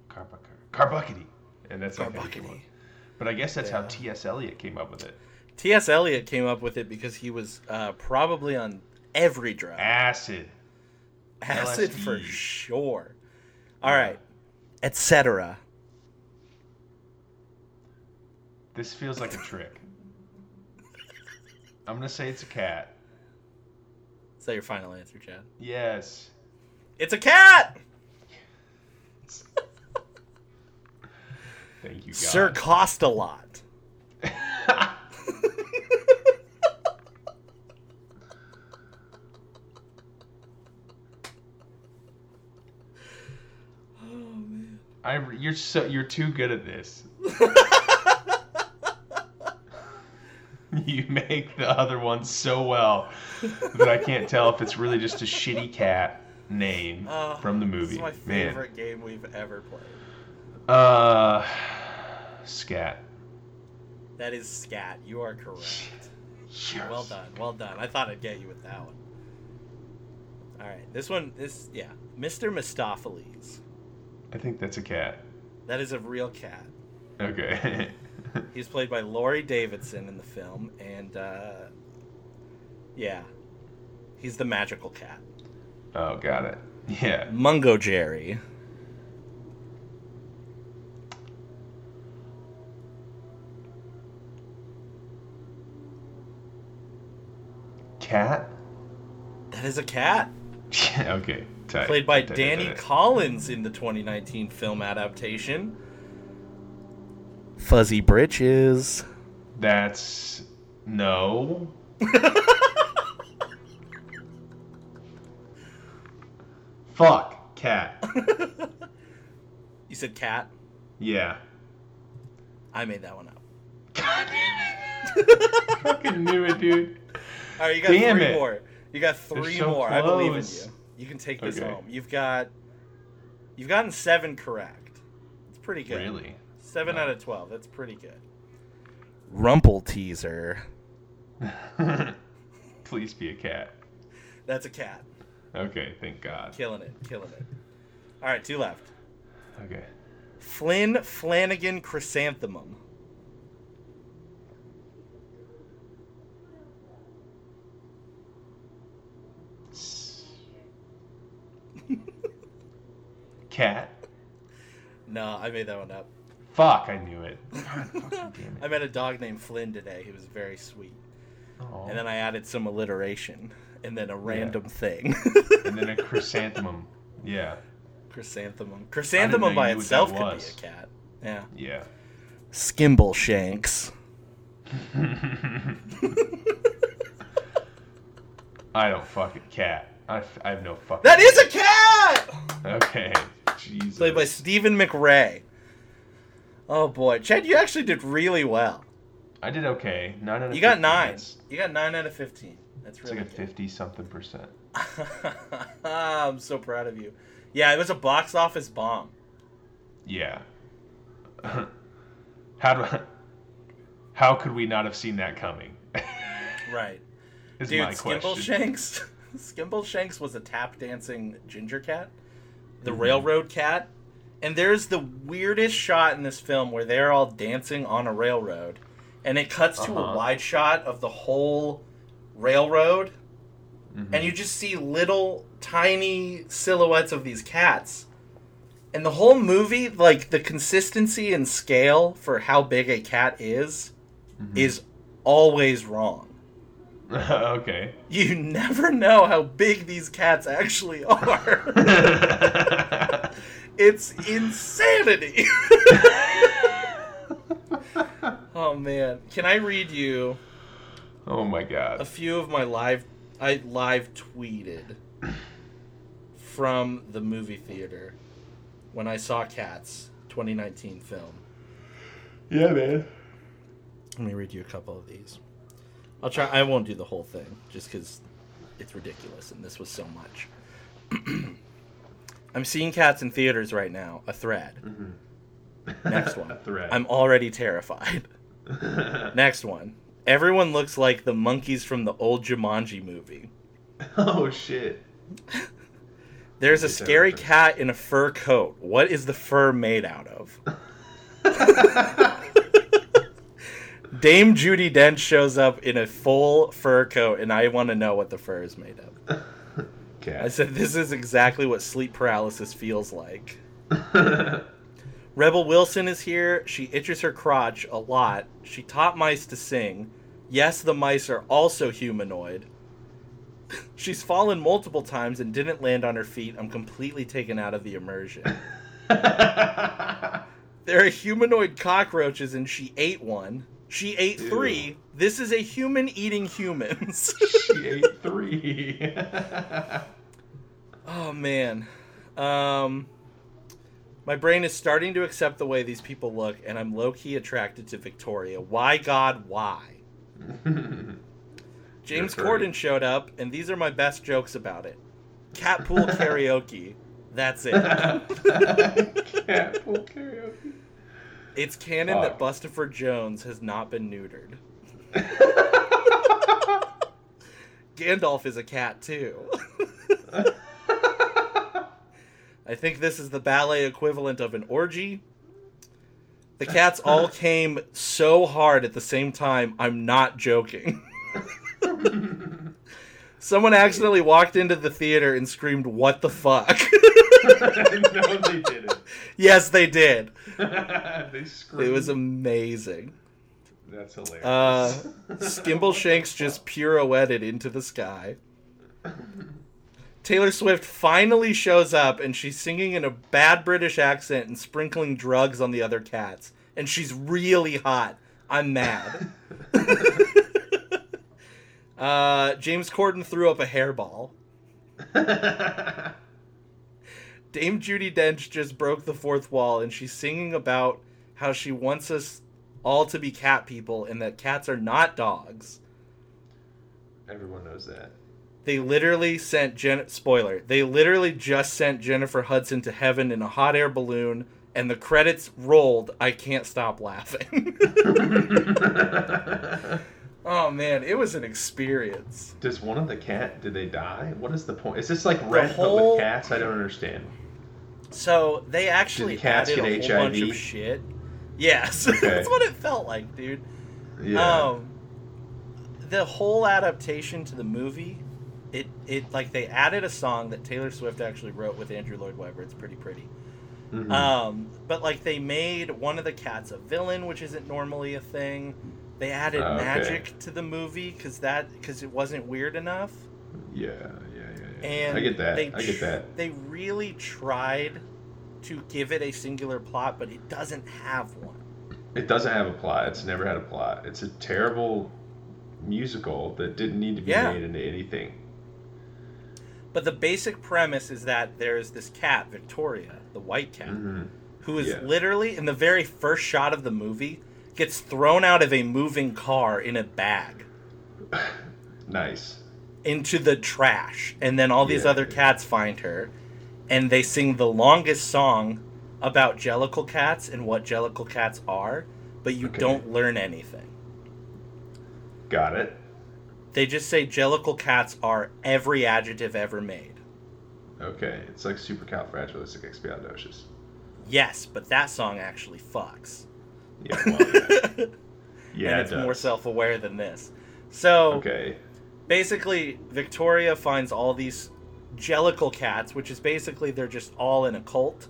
Speaker 2: carpa, car, carbuckety, and that's like how you came up.
Speaker 1: Carbuckety.
Speaker 2: But I guess that's how
Speaker 1: Yeah.
Speaker 2: T.S. Eliot came up with it.
Speaker 1: T.S. Eliot came up with it because he was uh, probably on every drug.
Speaker 2: Acid.
Speaker 1: Acid for
Speaker 2: LSD.
Speaker 1: sure. All right. Etc.
Speaker 2: This feels like a
Speaker 1: *laughs*
Speaker 2: trick. I'm gonna say it's a cat.
Speaker 1: Is that your final answer, Chad?
Speaker 2: Yes.
Speaker 1: It's a cat!
Speaker 2: Thank you, God.
Speaker 1: Sir cost a lot.
Speaker 2: I, you're so you're too good
Speaker 1: *laughs*
Speaker 2: at this. you make the other one so well that I can't tell if it's really just a shitty cat name
Speaker 1: Uh,
Speaker 2: from the
Speaker 1: This
Speaker 2: movie.
Speaker 1: is my
Speaker 2: Man.
Speaker 1: favorite game we've ever played.
Speaker 2: Uh, scat.
Speaker 1: That is scat. You are correct.
Speaker 2: Yes.
Speaker 1: Well done, well done. I thought I'd get you with that one. All right, this one, this yeah, Mr. Mistopheles.
Speaker 2: I think that's a cat.
Speaker 1: That is a real cat.
Speaker 2: Okay. *laughs*
Speaker 1: He's played by Laurie Davidson in the film, and uh, yeah, he's the magical cat.
Speaker 2: oh, got it. Yeah.
Speaker 1: Mungo Jerry.
Speaker 2: Cat. *laughs*
Speaker 1: That is a cat
Speaker 2: okay. Tight.
Speaker 1: played by
Speaker 2: Tight, tight,
Speaker 1: Danny
Speaker 2: tight.
Speaker 1: Collins in the 2019 film adaptation. Fuzzy Britches.
Speaker 2: That's no. *laughs* Fuck cat.
Speaker 1: You said cat.
Speaker 2: Yeah.
Speaker 1: I made that one up.
Speaker 2: God Fucking knew it, dude.
Speaker 1: All right, you got
Speaker 2: Damn
Speaker 1: three
Speaker 2: it.
Speaker 1: more. You got three
Speaker 2: so
Speaker 1: more. I believe in
Speaker 2: close.
Speaker 1: you. You can take this
Speaker 2: Okay.
Speaker 1: home. You've got, you've gotten seven correct. It's pretty good.
Speaker 2: Really? *laughs*
Speaker 1: Seven
Speaker 2: No.
Speaker 1: out of twelve. That's pretty good. Rumple teaser.
Speaker 2: Please be a cat.
Speaker 1: That's a cat.
Speaker 2: Okay, thank God.
Speaker 1: Killing it. Killing it. All right, two left.
Speaker 2: Okay.
Speaker 1: Flynn Flanagan Chrysanthemum.
Speaker 2: S- cat.
Speaker 1: No, I made that one up.
Speaker 2: Fuck, I knew it. God, fucking damn it.
Speaker 1: I met a dog named Flynn today. He was very sweet.
Speaker 2: Aw.
Speaker 1: and then I added some alliteration, and then a random thing. *laughs*
Speaker 2: Oh. and then a chrysanthemum. Yeah,
Speaker 1: chrysanthemum.
Speaker 2: know
Speaker 1: Chrysanthemum
Speaker 2: you
Speaker 1: by
Speaker 2: knew what
Speaker 1: itself
Speaker 2: that
Speaker 1: could be
Speaker 2: was.
Speaker 1: a cat. Yeah.
Speaker 2: yeah.
Speaker 1: Skimble shanks.
Speaker 2: *laughs* I don't fuck a cat. I, f- I have no fucking.
Speaker 1: That is a cat.
Speaker 2: *laughs* okay. Jesus.
Speaker 1: Played by Stephen McRae. Oh boy, Chad, you actually did really well.
Speaker 2: I did okay. Nine out of
Speaker 1: You got
Speaker 2: 15.
Speaker 1: nine.
Speaker 2: That's,
Speaker 1: You got nine out of fifteen. That's
Speaker 2: that's
Speaker 1: really
Speaker 2: like a
Speaker 1: good.
Speaker 2: fifty something percent.
Speaker 1: *laughs* I'm so proud of you. Yeah, it was a box office bomb.
Speaker 2: Yeah. *laughs* how do I, how could we not have seen that coming? *laughs*
Speaker 1: Right.
Speaker 2: is
Speaker 1: Dude,
Speaker 2: my question.
Speaker 1: Skimble Shanks *laughs* Skimble Shanks was a tap dancing ginger cat, the
Speaker 2: Mm-hmm.
Speaker 1: railroad cat, and there's the weirdest shot in this film where they're all dancing on a railroad and it cuts to a
Speaker 2: Uh-huh.
Speaker 1: wide shot of the whole railroad
Speaker 2: Mm-hmm.
Speaker 1: and you just see little tiny silhouettes of these cats. And the whole movie, like the consistency and scale for how big a cat is,
Speaker 2: Mm-hmm.
Speaker 1: is always wrong
Speaker 2: *laughs* okay.
Speaker 1: you never know how big these cats actually are.
Speaker 2: *laughs*
Speaker 1: it's insanity. oh man, can I read you
Speaker 2: oh my god.
Speaker 1: a few of my live I live tweeted from the movie theater when I saw Cats 2019 film.
Speaker 2: Yeah, man.
Speaker 1: Let me read you a couple of these. I'll try. I won't do the whole thing just because it's ridiculous and this was so much. *clears throat* I'm seeing cats in theaters right now. A thread. Mm-hmm. Next one.
Speaker 2: *laughs* A thread.
Speaker 1: I'm already terrified. *laughs* Next one. Everyone looks like the monkeys from the old Jumanji movie.
Speaker 2: Oh shit.
Speaker 1: There's a
Speaker 2: Get that
Speaker 1: scary
Speaker 2: reference.
Speaker 1: cat in a fur coat. What is the fur made out of? Dame Judy Dench shows up in a full fur coat, and I want to know what the fur is made of. I
Speaker 2: Cat.
Speaker 1: said, This is exactly what sleep paralysis feels like.
Speaker 2: *laughs*
Speaker 1: Rebel Wilson is here. She itches her crotch a lot. She taught mice to sing. Yes, the mice are also humanoid. *laughs* She's fallen multiple times and didn't land on her feet. I'm completely taken out of the immersion. there are humanoid cockroaches and she ate one. She ate
Speaker 2: Ew.
Speaker 1: three. This is a human eating humans. *laughs*
Speaker 2: she ate three. *laughs*
Speaker 1: oh man. Um my brain is starting to accept the way these people look and I'm low key attracted to Victoria. Why god why? James
Speaker 2: You're hurting.
Speaker 1: Corden showed up and these are my best jokes about it. Cat
Speaker 2: *laughs*
Speaker 1: pool karaoke. That's it.
Speaker 2: Cat pool karaoke. *laughs*
Speaker 1: It's canon that
Speaker 2: Fuck.
Speaker 1: Bustopher Jones has not been neutered. Gandalf is a cat too. I think this is the ballet equivalent of an orgy. The cats all came so hard at the same time, I'm not joking. Someone accidentally walked into the theater and screamed, What the fuck? *laughs*
Speaker 2: no, they didn't. *laughs*
Speaker 1: yes, they did.
Speaker 2: they
Speaker 1: It
Speaker 2: screamed.
Speaker 1: was amazing.
Speaker 2: That's hilarious.
Speaker 1: Uh, Skimble Shanks just pirouetted into the sky. Taylor Swift finally shows up and she's singing in a bad British accent and sprinkling drugs on the other cats. And she's really hot. I'm mad. uh, James Corden threw up a hairball. Dame Judy Dench just broke the fourth wall and she's singing about how she wants us all to be cat people and that cats are not dogs.
Speaker 2: Everyone knows that. *laughs*
Speaker 1: They literally sent Jen spoiler. They literally just sent Jennifer Hudson to heaven in a hot air balloon and the credits rolled. I can't stop laughing. *laughs* oh man, it was an experience.
Speaker 2: Does one of the cat? Did they die? What is the point? Is this like red but
Speaker 1: whole-
Speaker 2: with cats? I don't understand.
Speaker 1: So they actually
Speaker 2: Did cats
Speaker 1: added a whole
Speaker 2: get
Speaker 1: bunch
Speaker 2: HIV?
Speaker 1: of shit. Yes, *laughs* that's what it felt like, dude. Um, the whole adaptation to the movie, it it like they added a song that Taylor Swift actually wrote with Andrew Lloyd Webber. It's pretty pretty.
Speaker 2: Mhm.
Speaker 1: uh, Um, but like they made one of the cats a villain, which isn't normally a thing. They added
Speaker 2: Oh, okay.
Speaker 1: magic to the movie because that because it wasn't weird enough.
Speaker 2: Yeah, yeah, yeah, yeah.
Speaker 1: And
Speaker 2: I get that.
Speaker 1: They,
Speaker 2: I get
Speaker 1: tr-
Speaker 2: that.
Speaker 1: They really tried to give it a singular plot, but it doesn't have one.
Speaker 2: It doesn't have a plot. It's never had a plot. It's a terrible musical that didn't need to be
Speaker 1: Yeah.
Speaker 2: made into anything.
Speaker 1: But the basic premise is that there's this cat, Victoria, the white cat,
Speaker 2: Mhm.
Speaker 1: who is
Speaker 2: yeah.
Speaker 1: literally in the very first shot of the movie gets thrown out of a moving car in a bag
Speaker 2: Nice.
Speaker 1: into the trash, and then all these
Speaker 2: Yeah.
Speaker 1: other cats find her, and they sing the longest song about jellicle cats and what jellicle cats are, but you
Speaker 2: Okay.
Speaker 1: don't learn anything.
Speaker 2: Got it.
Speaker 1: They just say jellicle cats are every adjective ever made.
Speaker 2: Okay. It's like supercalifragilisticexpialidocious.
Speaker 1: Yes, but that song actually fucks.
Speaker 2: Yeah.
Speaker 1: *laughs*
Speaker 2: Well, yeah. yeah
Speaker 1: and
Speaker 2: it
Speaker 1: it's more
Speaker 2: does.
Speaker 1: self-aware than this. So
Speaker 2: Okay.
Speaker 1: basically, Victoria finds all these jellicle cats, which is basically they're just all in a cult,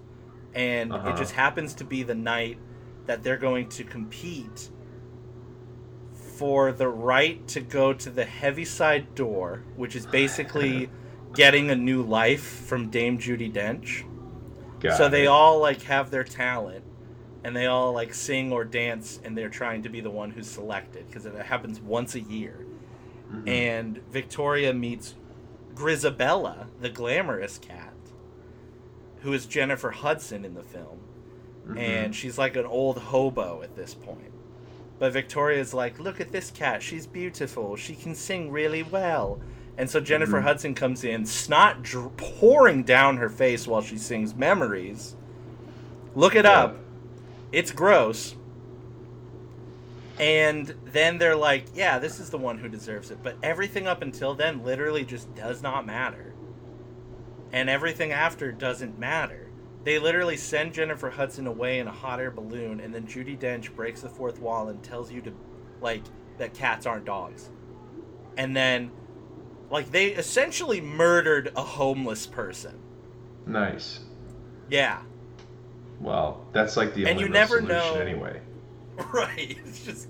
Speaker 1: and
Speaker 2: Uh-huh.
Speaker 1: it just happens to be the night that they're going to compete for the right to go to the Heaviside Door, which is basically
Speaker 2: *laughs*
Speaker 1: getting a new life from Dame Judy Dench
Speaker 2: Got
Speaker 1: so they
Speaker 2: it.
Speaker 1: all like have their talent and they all like sing or dance and they're trying to be the one who's selected because it happens once a year Mm-hmm.
Speaker 2: Mhm.
Speaker 1: and victoria meets grisabella the glamorous cat who is jennifer hudson in the film
Speaker 2: Mhm.
Speaker 1: and she's like an old hobo at this point but victoria's like look at this cat she's beautiful she can sing really well and so jennifer
Speaker 2: Mhm.
Speaker 1: hudson comes in snot dr- pouring down her face while she sings memories look it
Speaker 2: Yeah.
Speaker 1: up it's gross and then they're like yeah this is the one who deserves it but everything up until then literally just does not matter and everything after doesn't matter. They literally send Jennifer Hudson away in a hot air balloon, and then Judy Dench breaks the fourth wall and tells you to, like, that cats aren't dogs. And then, like, they essentially murdered a homeless person.
Speaker 2: Nice.
Speaker 1: Yeah.
Speaker 2: Well, that's like the
Speaker 1: And
Speaker 2: only
Speaker 1: you
Speaker 2: real
Speaker 1: never
Speaker 2: solution
Speaker 1: know-
Speaker 2: anyway.
Speaker 1: *laughs* Right. It's just.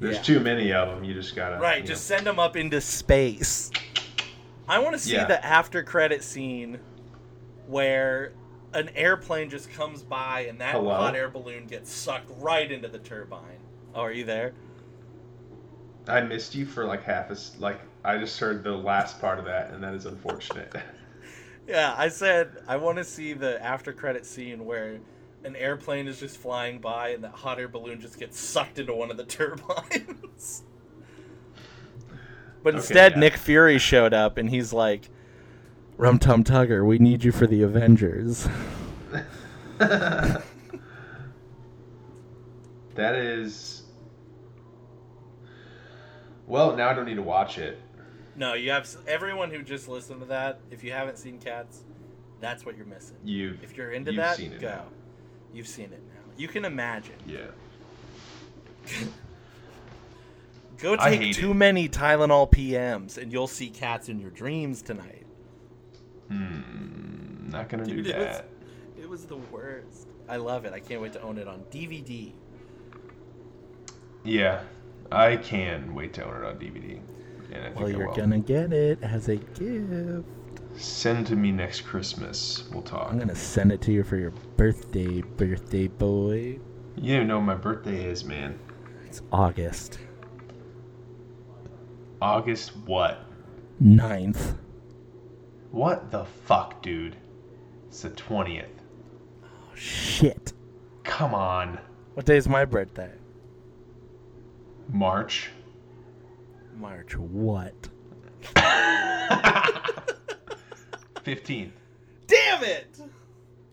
Speaker 2: There's
Speaker 1: Yeah.
Speaker 2: too many of them. You just gotta.
Speaker 1: Right,
Speaker 2: you
Speaker 1: just
Speaker 2: know.
Speaker 1: send them up into space. I want to see
Speaker 2: Yeah.
Speaker 1: the after credit scene where an airplane just comes by and that
Speaker 2: Hello?
Speaker 1: hot air balloon gets sucked right into the turbine. Oh, are you there?
Speaker 2: I missed you for like half a s- like. I just heard the last part of that, and that is unfortunate. *laughs*
Speaker 1: Yeah, I said I want to see the after credit scene where an airplane is just flying by and that hot air balloon just gets sucked into one of the *laughs* turbines. But
Speaker 2: Okay,
Speaker 1: instead,
Speaker 2: yeah.
Speaker 1: Nick Fury showed up and he's like, "Rum Tum Tugger, we need you for the Avengers." *laughs*
Speaker 2: *laughs* that is. Well, now I don't need to watch it.
Speaker 1: No, you have everyone who just listened to that. If you haven't seen Cats, that's what you're missing.
Speaker 2: You.
Speaker 1: If you're into
Speaker 2: You've
Speaker 1: that,
Speaker 2: seen it
Speaker 1: go.
Speaker 2: now.
Speaker 1: You've seen it now. You can imagine.
Speaker 2: Yeah.
Speaker 1: Go
Speaker 2: I
Speaker 1: take
Speaker 2: hate
Speaker 1: too
Speaker 2: it.
Speaker 1: many Tylenol PMs, and you'll see cats in your dreams tonight.
Speaker 2: Hmm. Not gonna
Speaker 1: Dude,
Speaker 2: do
Speaker 1: it was-
Speaker 2: that.
Speaker 1: It was the worst. I love it. I can't wait to own it on DVD.
Speaker 2: Yeah. I can wait to own it on DVD. And I think
Speaker 3: Well,
Speaker 2: I
Speaker 3: you're
Speaker 2: will.
Speaker 3: gonna get it as a gift.
Speaker 2: send to me next Christmas. We'll talk.
Speaker 3: I'm gonna send it to you for your birthday, birthday boy.
Speaker 2: You don't know when my birthday is, man.
Speaker 3: It's August
Speaker 2: August what?
Speaker 3: 9th.
Speaker 2: What the fuck, dude? It's the 20th.
Speaker 3: Oh, shit.
Speaker 2: Come on.
Speaker 3: What day is my birthday?
Speaker 2: March.
Speaker 3: March what?
Speaker 2: 15th.
Speaker 1: Damn it!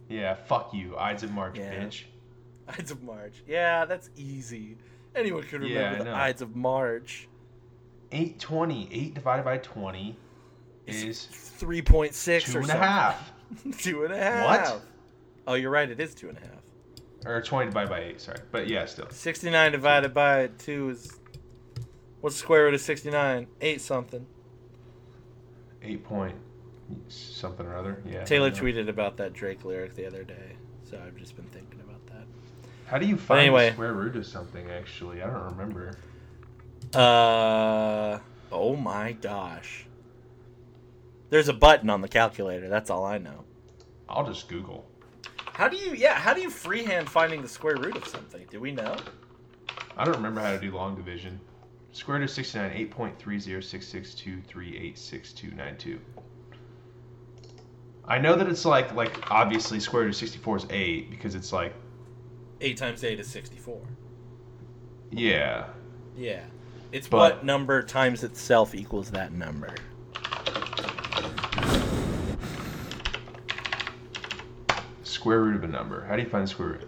Speaker 2: Yeah, fuck you. Ides of March,
Speaker 1: Yeah.
Speaker 2: bitch.
Speaker 1: Ides of March. Yeah, that's easy. Anyone could
Speaker 2: Yeah,
Speaker 1: remember
Speaker 2: I
Speaker 1: the
Speaker 2: know.
Speaker 1: Ides of March.
Speaker 2: 820. 8 divided by 20 is
Speaker 1: three point six
Speaker 2: two
Speaker 1: or
Speaker 2: and a
Speaker 1: something.
Speaker 2: half.
Speaker 1: *laughs* two and a half.
Speaker 2: What?
Speaker 1: Oh, you're right. It is two and a half.
Speaker 2: Or 20 divided by 8, sorry. But yeah, still.
Speaker 1: Sixty-nine divided by two is what's the square root of sixty-nine? Eight something.
Speaker 2: 8 point something or other. Yeah. I
Speaker 1: Taylor
Speaker 2: don't know.
Speaker 1: tweeted about that Drake lyric the other day, so I've just been thinking about that.
Speaker 2: How do you find
Speaker 1: anyway.
Speaker 2: the square root of something, actually? I don't remember.
Speaker 1: Uh, oh my gosh. There's a button on the calculator. That's all I know.
Speaker 2: I'll just Google.
Speaker 1: How do you? Yeah, how do you freehand finding the square root of something? Do we know?
Speaker 2: I don't remember how to do long division. Square root of 69, 8.30662386292. I know that it's like, like obviously square root of 64 is 8 because it's like,
Speaker 1: Eight times eight is sixty-four.
Speaker 2: yeah.
Speaker 1: Yeah, it's
Speaker 2: But-
Speaker 1: what number times itself equals that number.
Speaker 2: Square root of a number. How do you find the square root?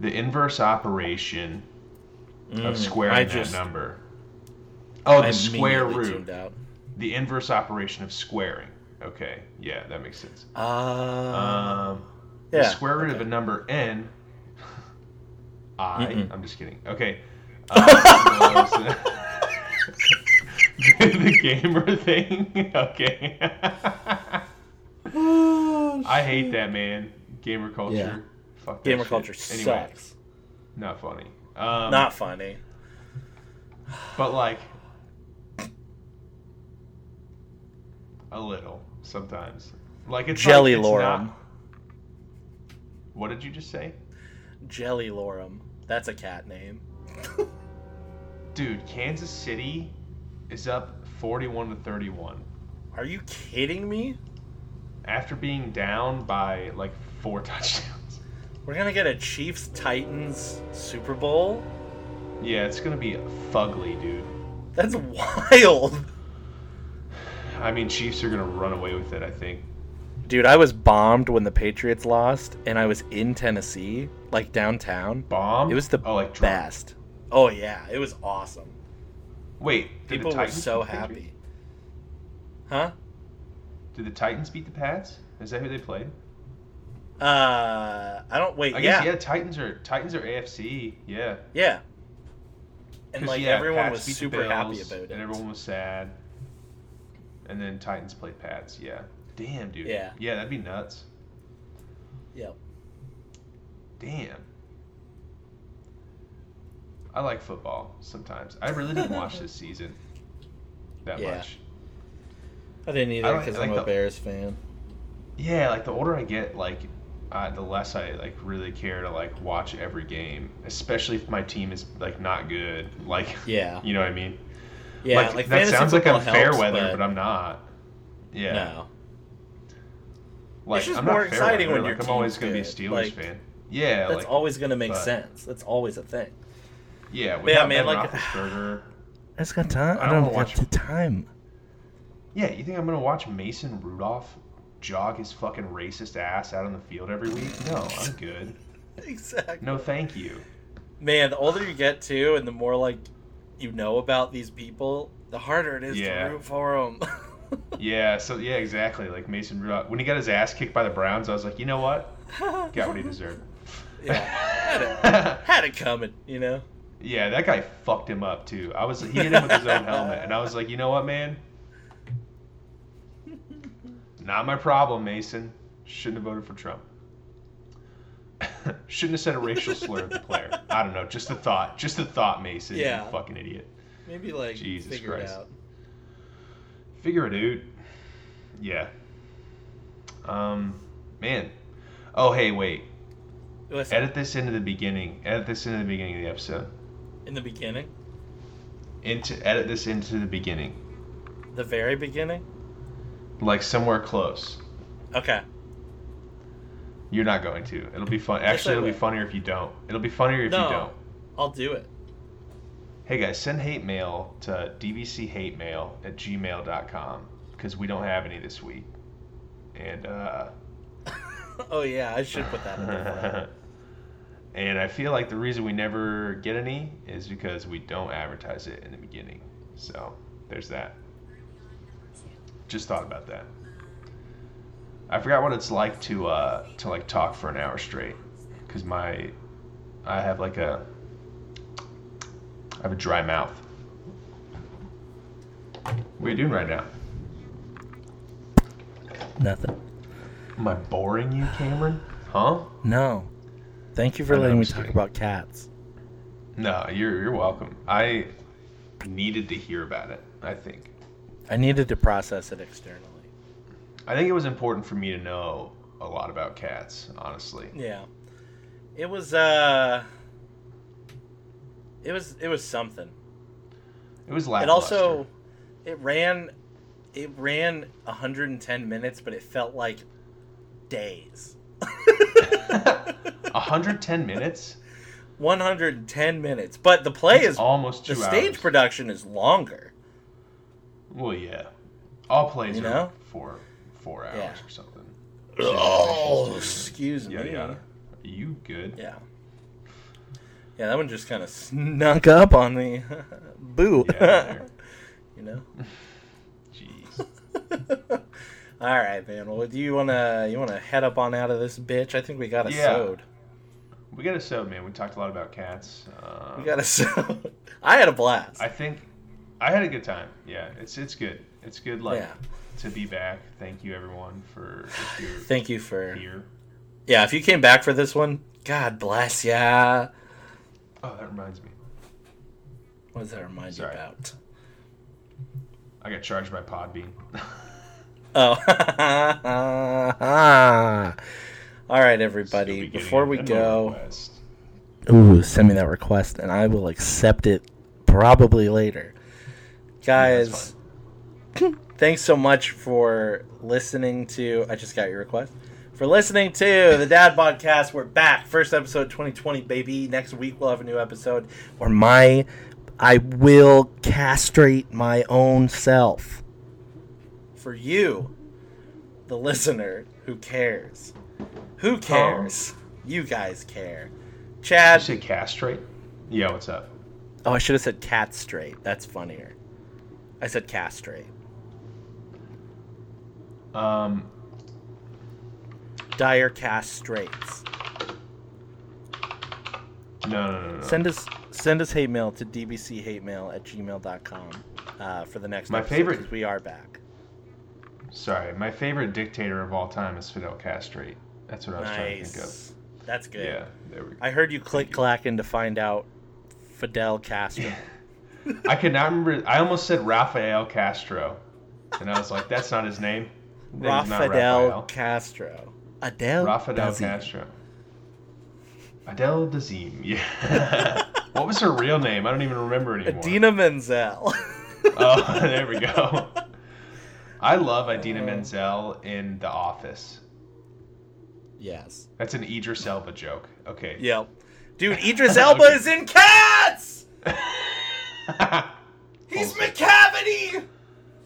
Speaker 2: The inverse operation of squaring
Speaker 1: Mm. I
Speaker 2: that
Speaker 1: just-
Speaker 2: number. Oh,
Speaker 1: I
Speaker 2: the square
Speaker 1: immediately
Speaker 2: root.
Speaker 1: tuned out.
Speaker 2: The inverse operation of squaring. Okay, yeah, that makes sense.
Speaker 1: Uh,
Speaker 2: Um,
Speaker 1: yeah.
Speaker 2: the square root of a number n. *laughs* I.
Speaker 1: Mm-mm.
Speaker 2: am just kidding. Okay. Uh, *laughs* the gamer thing. *laughs* Okay. I hate that man. Gamer culture.
Speaker 1: Yeah.
Speaker 2: Fuck
Speaker 1: *sighs*
Speaker 2: that
Speaker 1: gamer
Speaker 2: shit.
Speaker 1: culture
Speaker 2: Anyway,
Speaker 1: sucks.
Speaker 2: not funny. Um,
Speaker 1: Not funny.
Speaker 2: But like. A little sometimes. Like it's like,
Speaker 1: Jelly
Speaker 2: it's
Speaker 1: lorem.
Speaker 2: not- What did you just say?
Speaker 1: Jelly lorem. That's a cat name.
Speaker 2: Dude, Kansas City is up 41 to 31
Speaker 1: Are you kidding me?
Speaker 2: after being down by like four *laughs* touchdowns.
Speaker 1: We're gonna get a Chiefs Titans Super Bowl.
Speaker 2: Yeah, it's gonna be fugly, dude.
Speaker 1: That's *laughs* wild.
Speaker 2: I mean, Chiefs are gonna run away with it. I think.
Speaker 1: Dude, I was bombed when the Patriots lost, and I was in Tennessee, like downtown.
Speaker 2: Bomb.
Speaker 1: It was the
Speaker 2: oh like drunk.
Speaker 1: best. Oh yeah, it was awesome.
Speaker 2: Wait, did
Speaker 1: People
Speaker 2: the
Speaker 1: were
Speaker 2: Titans
Speaker 1: so
Speaker 2: beat the Patriots?
Speaker 1: happy. Huh?
Speaker 2: Did the Titans beat the Pats? Is that who they played?
Speaker 1: Uh, I don't wait.
Speaker 2: I
Speaker 1: yeah,
Speaker 2: guess yeah. Titans are Titans are AFC. Yeah.
Speaker 1: yeah. And
Speaker 2: 'Cause,
Speaker 1: like
Speaker 2: yeah,
Speaker 1: everyone
Speaker 2: Pats
Speaker 1: was
Speaker 2: beat the
Speaker 1: super happy
Speaker 2: Bills,
Speaker 1: about it.
Speaker 2: and everyone was sad. And then Titans played Pats. Yeah. Damn, dude.
Speaker 1: Yeah.
Speaker 2: Yeah, that'd be nuts.
Speaker 1: Yep.
Speaker 2: Damn. I like football sometimes. I really didn't watch
Speaker 1: *laughs*
Speaker 2: this season that
Speaker 1: Yeah.
Speaker 2: much.
Speaker 1: I didn't
Speaker 2: I
Speaker 1: either
Speaker 2: like-
Speaker 1: because
Speaker 2: like
Speaker 1: I'm
Speaker 2: the-
Speaker 1: a Bears fan.
Speaker 2: Yeah, like the older I get, like uh, the less I like really care to like watch every game, especially if my team is like not good. Like, *laughs*
Speaker 1: Yeah.
Speaker 2: you know what I mean?
Speaker 1: Yeah, like,
Speaker 2: like, that
Speaker 1: fantasy
Speaker 2: sounds like I'm
Speaker 1: football
Speaker 2: fair
Speaker 1: helps,
Speaker 2: weather,
Speaker 1: but,
Speaker 2: but I'm not. Yeah,
Speaker 1: no.
Speaker 2: like
Speaker 1: It's just
Speaker 2: I'm
Speaker 1: more
Speaker 2: not fair
Speaker 1: exciting
Speaker 2: weather,
Speaker 1: when your
Speaker 2: like, I'm always
Speaker 1: team's
Speaker 2: gonna be a
Speaker 1: good.
Speaker 2: Steelers
Speaker 1: Like,
Speaker 2: fan. Yeah,
Speaker 1: That's
Speaker 2: like
Speaker 1: always gonna make
Speaker 2: but-
Speaker 1: sense. That's always a thing.
Speaker 2: yeah, without
Speaker 1: man,
Speaker 2: Ben
Speaker 1: like-
Speaker 2: Roethlisberger.
Speaker 3: It's got time.
Speaker 2: I
Speaker 3: I
Speaker 2: don't
Speaker 3: don't
Speaker 2: wanna
Speaker 3: got the
Speaker 2: watch-
Speaker 3: time.
Speaker 2: Yeah, you think I'm gonna watch Mason Rudolph jog his fucking racist ass out on the field every week? No, I'm good.
Speaker 1: *laughs* Exactly.
Speaker 2: No, thank you.
Speaker 1: Man, the older you get too, and the more like you know about these people, the harder it is
Speaker 2: Yeah.
Speaker 1: to root for them.
Speaker 2: Yeah, so yeah, exactly. Like Mason Rudolph, when he got his ass kicked by the Browns, I was like, you know
Speaker 1: *laughs*
Speaker 2: what? Got what he deserved.
Speaker 1: *laughs*
Speaker 2: *laughs*
Speaker 1: yeah, had it,
Speaker 2: yeah,
Speaker 1: had it coming, you know.
Speaker 2: that guy fucked him up too. I was he hit him with his own helmet, and I was like, you know what, man? Not my problem, Mason. Shouldn't have voted for Trump. *laughs* Shouldn't have said a racial slur at the player. I don't know. Just a thought. Just a thought, Mason.
Speaker 1: Yeah.
Speaker 2: You fucking idiot.
Speaker 1: Maybe like
Speaker 2: Jesus
Speaker 1: figure
Speaker 2: Christ.
Speaker 1: it out.
Speaker 2: Figure it out. Yeah. Um, man. Oh, hey, wait.
Speaker 1: Listen,
Speaker 2: Edit this into the beginning. Edit this into the beginning of the episode.
Speaker 1: in the beginning,
Speaker 2: Into edit this into the beginning,
Speaker 1: the very beginning.
Speaker 2: like somewhere close.
Speaker 1: Okay.
Speaker 2: You're not going to. It'll be fun.
Speaker 1: Yes,
Speaker 2: Actually,
Speaker 1: I
Speaker 2: it'll be
Speaker 1: will.
Speaker 2: funnier if you don't. It'll be funnier if
Speaker 1: no,
Speaker 2: you don't.
Speaker 1: I'll do it. *laughs*
Speaker 2: Hey guys, send hate mail to dbchatemail at gmail.com because we don't have any this week. And uh,
Speaker 1: Oh yeah, I should
Speaker 2: *laughs*
Speaker 1: put that in there.
Speaker 2: and I feel like the reason we never get any is because we don't advertise it in the beginning. So there's that. Just thought about that. I forgot what it's like to uh, to like talk for an hour straight, because my I have like a I have a dry mouth. What are you doing right now?
Speaker 3: Nothing.
Speaker 2: Am I boring you, Cameron? Huh?
Speaker 3: No. Thank you for
Speaker 2: I know,
Speaker 3: letting
Speaker 2: I'm
Speaker 3: me
Speaker 2: just
Speaker 3: talk
Speaker 2: kidding.
Speaker 3: about cats.
Speaker 2: No, you're you're welcome. I needed to hear about it. I think.
Speaker 1: I needed to process it externally.
Speaker 2: I think it was important for me to know a lot about cats. Honestly,
Speaker 1: Yeah. It was uh it was it was something.
Speaker 2: it was
Speaker 1: It
Speaker 2: lackluster. *laughs*
Speaker 1: also it ran it ran 110 minutes but it felt like days. *laughs*
Speaker 2: 110 minutes.
Speaker 1: 110 minutes. But the play
Speaker 2: That's
Speaker 1: is
Speaker 2: almost two
Speaker 1: the stage
Speaker 2: hours.
Speaker 1: production is longer.
Speaker 2: well, yeah. All plays
Speaker 1: You
Speaker 2: are
Speaker 1: know?
Speaker 2: four four hours
Speaker 1: Yeah.
Speaker 2: or something.
Speaker 1: Oh, excuse
Speaker 2: Yeah,
Speaker 1: me.
Speaker 2: yeah. Are you good?
Speaker 1: Yeah. Yeah, that one just kind of snuck up on me. *laughs* Boo.
Speaker 2: Yeah,
Speaker 1: *laughs* you know.
Speaker 2: Jeez.
Speaker 1: All right, man. Well, do you wanna you wanna head up on out of this bitch? I think we got a
Speaker 2: Yeah.
Speaker 1: sewed.
Speaker 2: We got a sub, man. We talked a lot about cats. Um,
Speaker 1: We got a *laughs* sewed. I had a blast.
Speaker 2: I think I had a good time. Yeah, it's it's good. It's good like
Speaker 1: Yeah.
Speaker 2: to be back. Thank you everyone for if you're
Speaker 1: Thank you for
Speaker 2: here.
Speaker 1: yeah. If you came back for this one, God bless ya.
Speaker 2: Oh, that reminds me.
Speaker 1: What does that remind
Speaker 2: Sorry.
Speaker 1: you about?
Speaker 2: I got charged by Podbean. *laughs*
Speaker 1: Oh. *laughs* All right,
Speaker 2: Still
Speaker 1: everybody.
Speaker 2: be getting
Speaker 1: Before
Speaker 2: a
Speaker 1: we
Speaker 2: memo
Speaker 1: go,
Speaker 2: request.
Speaker 1: ooh, send me that request, and I will accept it probably later.
Speaker 2: that's
Speaker 1: Guys, *laughs* thanks so much for listening to. I just got your request. For listening to the Dad Podcast. We're back. First episode 2020, baby. Next week we'll have a new episode where my. I will castrate my own self. For you, the listener who cares. Who cares? You guys care.
Speaker 2: I
Speaker 1: Chad.
Speaker 2: should castrate. Yeah, what's up?
Speaker 1: Oh, I should have said cat straight. That's funnier. I said castrate.
Speaker 2: Um,
Speaker 1: Dire cast straits.
Speaker 2: no, no, no, no.
Speaker 1: Send us send us hate mail to dbchatemail at gmail.com uh, for the next
Speaker 2: My
Speaker 1: episode,
Speaker 2: favorite-
Speaker 1: 'cause we are back.
Speaker 2: Sorry, my favorite dictator of all time is Fidel Castrate. That's what I was trying to think of.
Speaker 1: Nice. That's good.
Speaker 2: Yeah, there we go.
Speaker 1: I heard you click clacking to find out Fidel
Speaker 2: *laughs*
Speaker 1: Castro.
Speaker 2: I could not remember. I almost said Rafael Castro, and I was like, "That's not his name." His name's not
Speaker 1: Rafael Castro. Adele.
Speaker 2: Rafael
Speaker 1: Dazim.
Speaker 2: Castro. Adele Dazim. *laughs* Yeah. what was her real name? I don't even remember anymore.
Speaker 1: Adina Menzel. *laughs*
Speaker 2: Oh, *laughs* there we go. I love
Speaker 1: Uh,
Speaker 2: Idina Menzel in The Office.
Speaker 1: yes.
Speaker 2: That's an Idris Elba joke. Okay.
Speaker 1: Yep.
Speaker 2: *laughs*
Speaker 1: Dude, Idris Elba
Speaker 2: Okay.
Speaker 1: is in Cats!
Speaker 2: He's
Speaker 1: McCavity!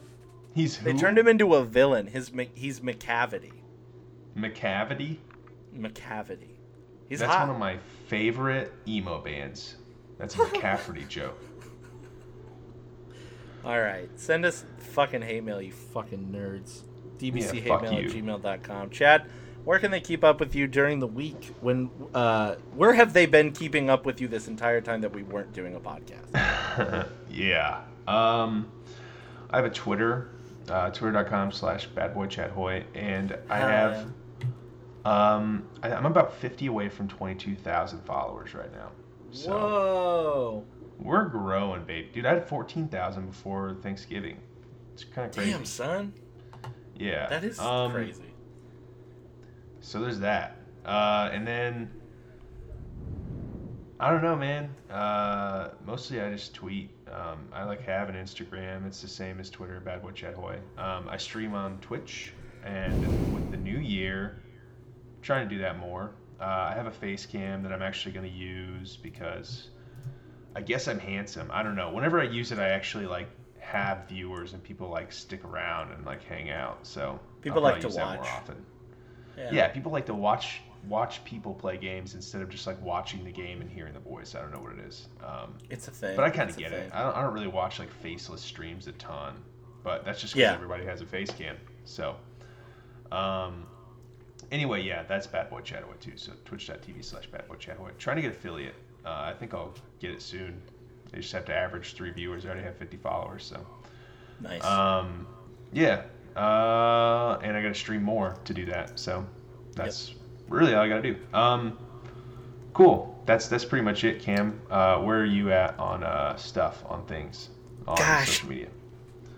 Speaker 2: *laughs* He's who?
Speaker 1: They turned him into a villain. His Mc- he's McCavity.
Speaker 2: McCavity.
Speaker 1: McCavity. He's
Speaker 2: That's
Speaker 1: hot.
Speaker 2: one of my favorite emo bands. That's
Speaker 1: *laughs*
Speaker 2: a McCafferty joke. *laughs*
Speaker 1: All right, send us fucking hate mail, you fucking nerds. DBC
Speaker 2: Yeah, fuck
Speaker 1: hate mail at
Speaker 2: you.
Speaker 1: gmail.com. Chad, where can they keep up with you during the week? When uh, where have they been keeping up with you this entire time that we weren't doing a podcast?
Speaker 2: yeah. Um, I have a Twitter, uh, twitter.com slash badboychadhoy, and *laughs* I
Speaker 1: Hell
Speaker 2: have, um, I, I'm about 50 away from 22,000 followers right now. So
Speaker 1: Whoa!
Speaker 2: we're growing, babe. Dude, I had 14,000 before Thanksgiving. It's kind of crazy.
Speaker 1: Damn, son,
Speaker 2: yeah.
Speaker 1: that is
Speaker 2: Um,
Speaker 1: crazy.
Speaker 2: So there's that. Uh, and then I don't know, man. Uh, mostly I just tweet. Um, I like have an Instagram. It's the same as Twitter, Bad Boy Chad Hoy. Um, I stream on Twitch, and with the new year, I'm trying to do that more. Uh, I have a face cam that I'm actually going to use because I guess I'm handsome. I don't know. Whenever I use it, I actually like have viewers and people like stick around and like hang out. So I'll
Speaker 1: People like
Speaker 2: probably
Speaker 1: to
Speaker 2: use that more
Speaker 1: watch.
Speaker 2: often yeah. people like to watch watch people play games instead of just like watching the game and hearing the voice i don't know what it is um,
Speaker 1: it's a thing.
Speaker 2: but i kind
Speaker 1: It's
Speaker 2: of
Speaker 1: a
Speaker 2: get
Speaker 1: thing.
Speaker 2: it Uh, I don't, I don't really watch like faceless streams a ton but that's just because
Speaker 1: Yeah.
Speaker 2: everybody has a face cam so um, anyway yeah that's bad boy chataway too so twitch.tv slash bad boy chataway trying to get affiliate uh, i think i'll get it soon they just have to average three viewers i already have 50 followers so
Speaker 1: Nice.
Speaker 2: um, yeah. Uh, and I got to stream more to do that. So that's really all I got to do. Um, cool. That's that's pretty much it, Cam. Uh, where are you at on uh, stuff on things? on
Speaker 1: Gosh.
Speaker 2: social media.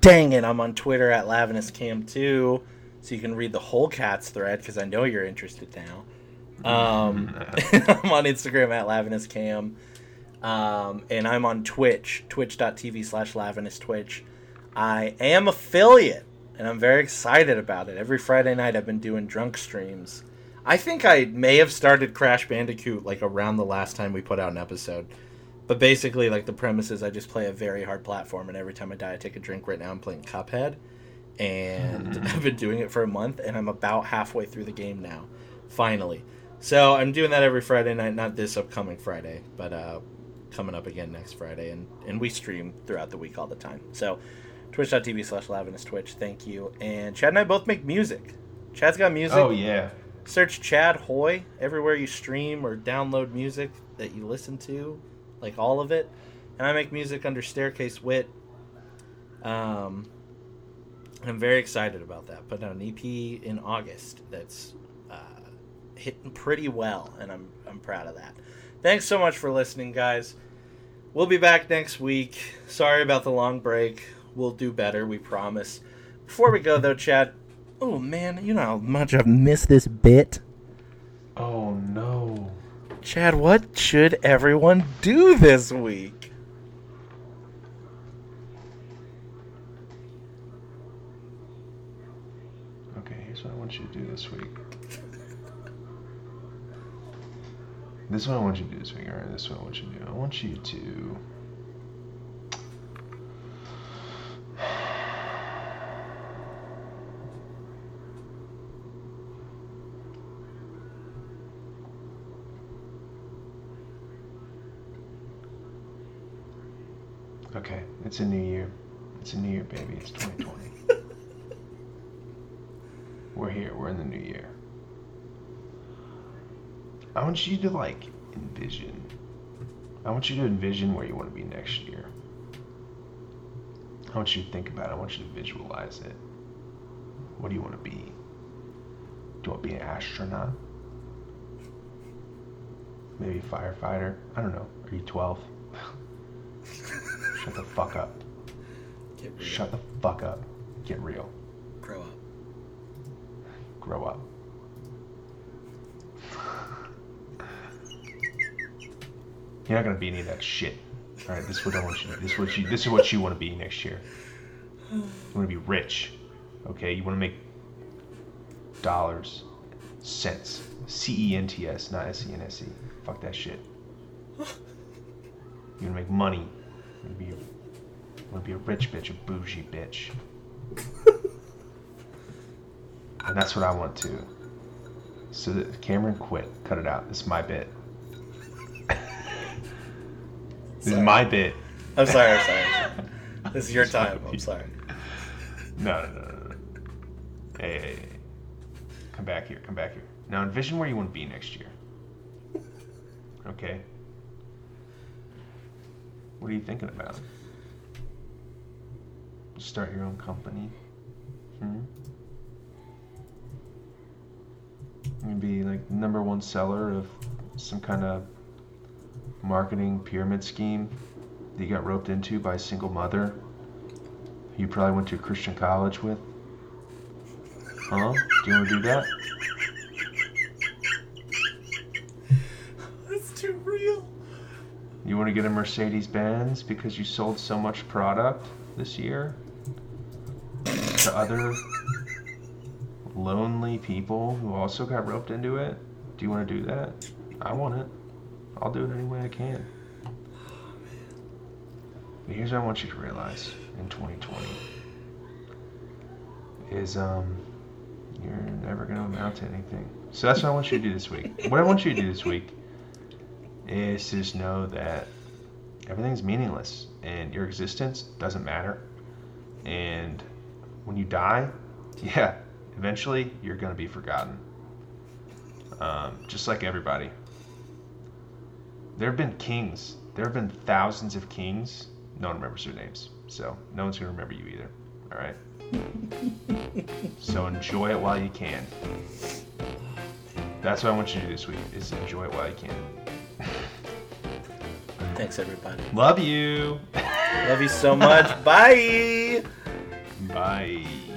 Speaker 1: Dang it, I'm on Twitter at LavinusCam2, so you can read the whole Cats thread because I know you're interested now. Um, *laughs* I'm on Instagram at LavinusCam, um, and I'm on Twitch, twitch.tv slash LavinusTwitch. I am affiliate, and I'm very excited about it. Every Friday night, I've been doing drunk streams. I think I may have started Crash Bandicoot like around the last time we put out an episode. But basically, like the premise is, I just play a very hard platform, and every time I die, I take a drink. Right now, I'm playing Cuphead, and *laughs* I've been doing it for a month, and I'm about halfway through the game now, finally. So I'm doing that every Friday night, not this upcoming Friday, but uh, coming up again next Friday, and and we stream throughout the week all the time. So twitch.tv slash lavinus twitch. Thank you. And Chad and I both make music. Chad's got music.
Speaker 2: Oh yeah,
Speaker 1: Search Chad Hoy everywhere you stream or download music that you listen to, like all of it. And I make music under Staircase Wit. Um, and I'm very excited about that. Put out an EP in August that's uh, hitting pretty well, and I'm I'm proud of that. Thanks so much for listening, guys. We'll be back next week. Sorry about the long break. We'll do better, we promise. Before we go though, Chad. Oh man, you know how much I've missed this bit.
Speaker 2: Oh no.
Speaker 1: Chad, what should everyone do this week?
Speaker 2: Okay, here's what I want you to do this week. This is what I want you to do this week. All right, this is what I want you to do. I want you to. *sighs* Okay, it's a new year. It's a new year, baby. It's 2020. We're here. We're in the new year. I want you to like envision. I want you to envision where you want to be next year. I want you to think about it. I want you to visualize it. What do you want to be? Do you want to be an astronaut? Maybe a firefighter? I don't know. Are you 12? *laughs* Shut the fuck up.
Speaker 1: Get real.
Speaker 2: Shut the fuck up. Get real.
Speaker 1: Grow up.
Speaker 2: grow up. You're not gonna be any of that shit. All right, this is what I want you. To, this is what you. This is what you want to be next year. You want to be rich, okay? You want to make dollars, cents, C E N T S, not S E N S E. Fuck that shit. You want to make money. You want to be. You want to be a rich bitch, a bougie bitch. And that's what I want too. So that Cameron quit. Cut it out. It's my bit. *laughs* this is
Speaker 1: Sorry.
Speaker 2: my bit.
Speaker 1: I'm sorry, I'm sorry. I'm sorry. This is your time. I'm sorry.
Speaker 2: No, no, no, no, no. Hey, hey, hey. Come back here. Come back here. Now envision where you want to be next year. Okay. What are you thinking about? Start your own company. Hmm? Maybe like number one seller of some kind of marketing pyramid scheme that you got roped into by a single mother you probably went to a Christian college with? Huh? Do you want to do that?
Speaker 1: That's too real.
Speaker 2: You want to get a Mercedes Benz because you sold so much product this year to other lonely people who also got roped into it? Do you want to do that? I want it. I'll do it any way I can. But here's what I want you to realize in 2020 is um you're never gonna amount to anything. So that's what I want you to do this week. What I want you to do this week is to just know that everything's meaningless and your existence doesn't matter. And when you die, yeah, eventually you're going to be forgotten. Um, just like everybody. There have been kings. There have been thousands of kings. No one remembers their names. So no one's going to remember you either. All right? so enjoy it while you can. That's what I want you to do this week is enjoy it while you can.
Speaker 1: *laughs* Thanks, everybody.
Speaker 2: Love you. *laughs*
Speaker 1: Love you so much. Bye.
Speaker 2: Bye.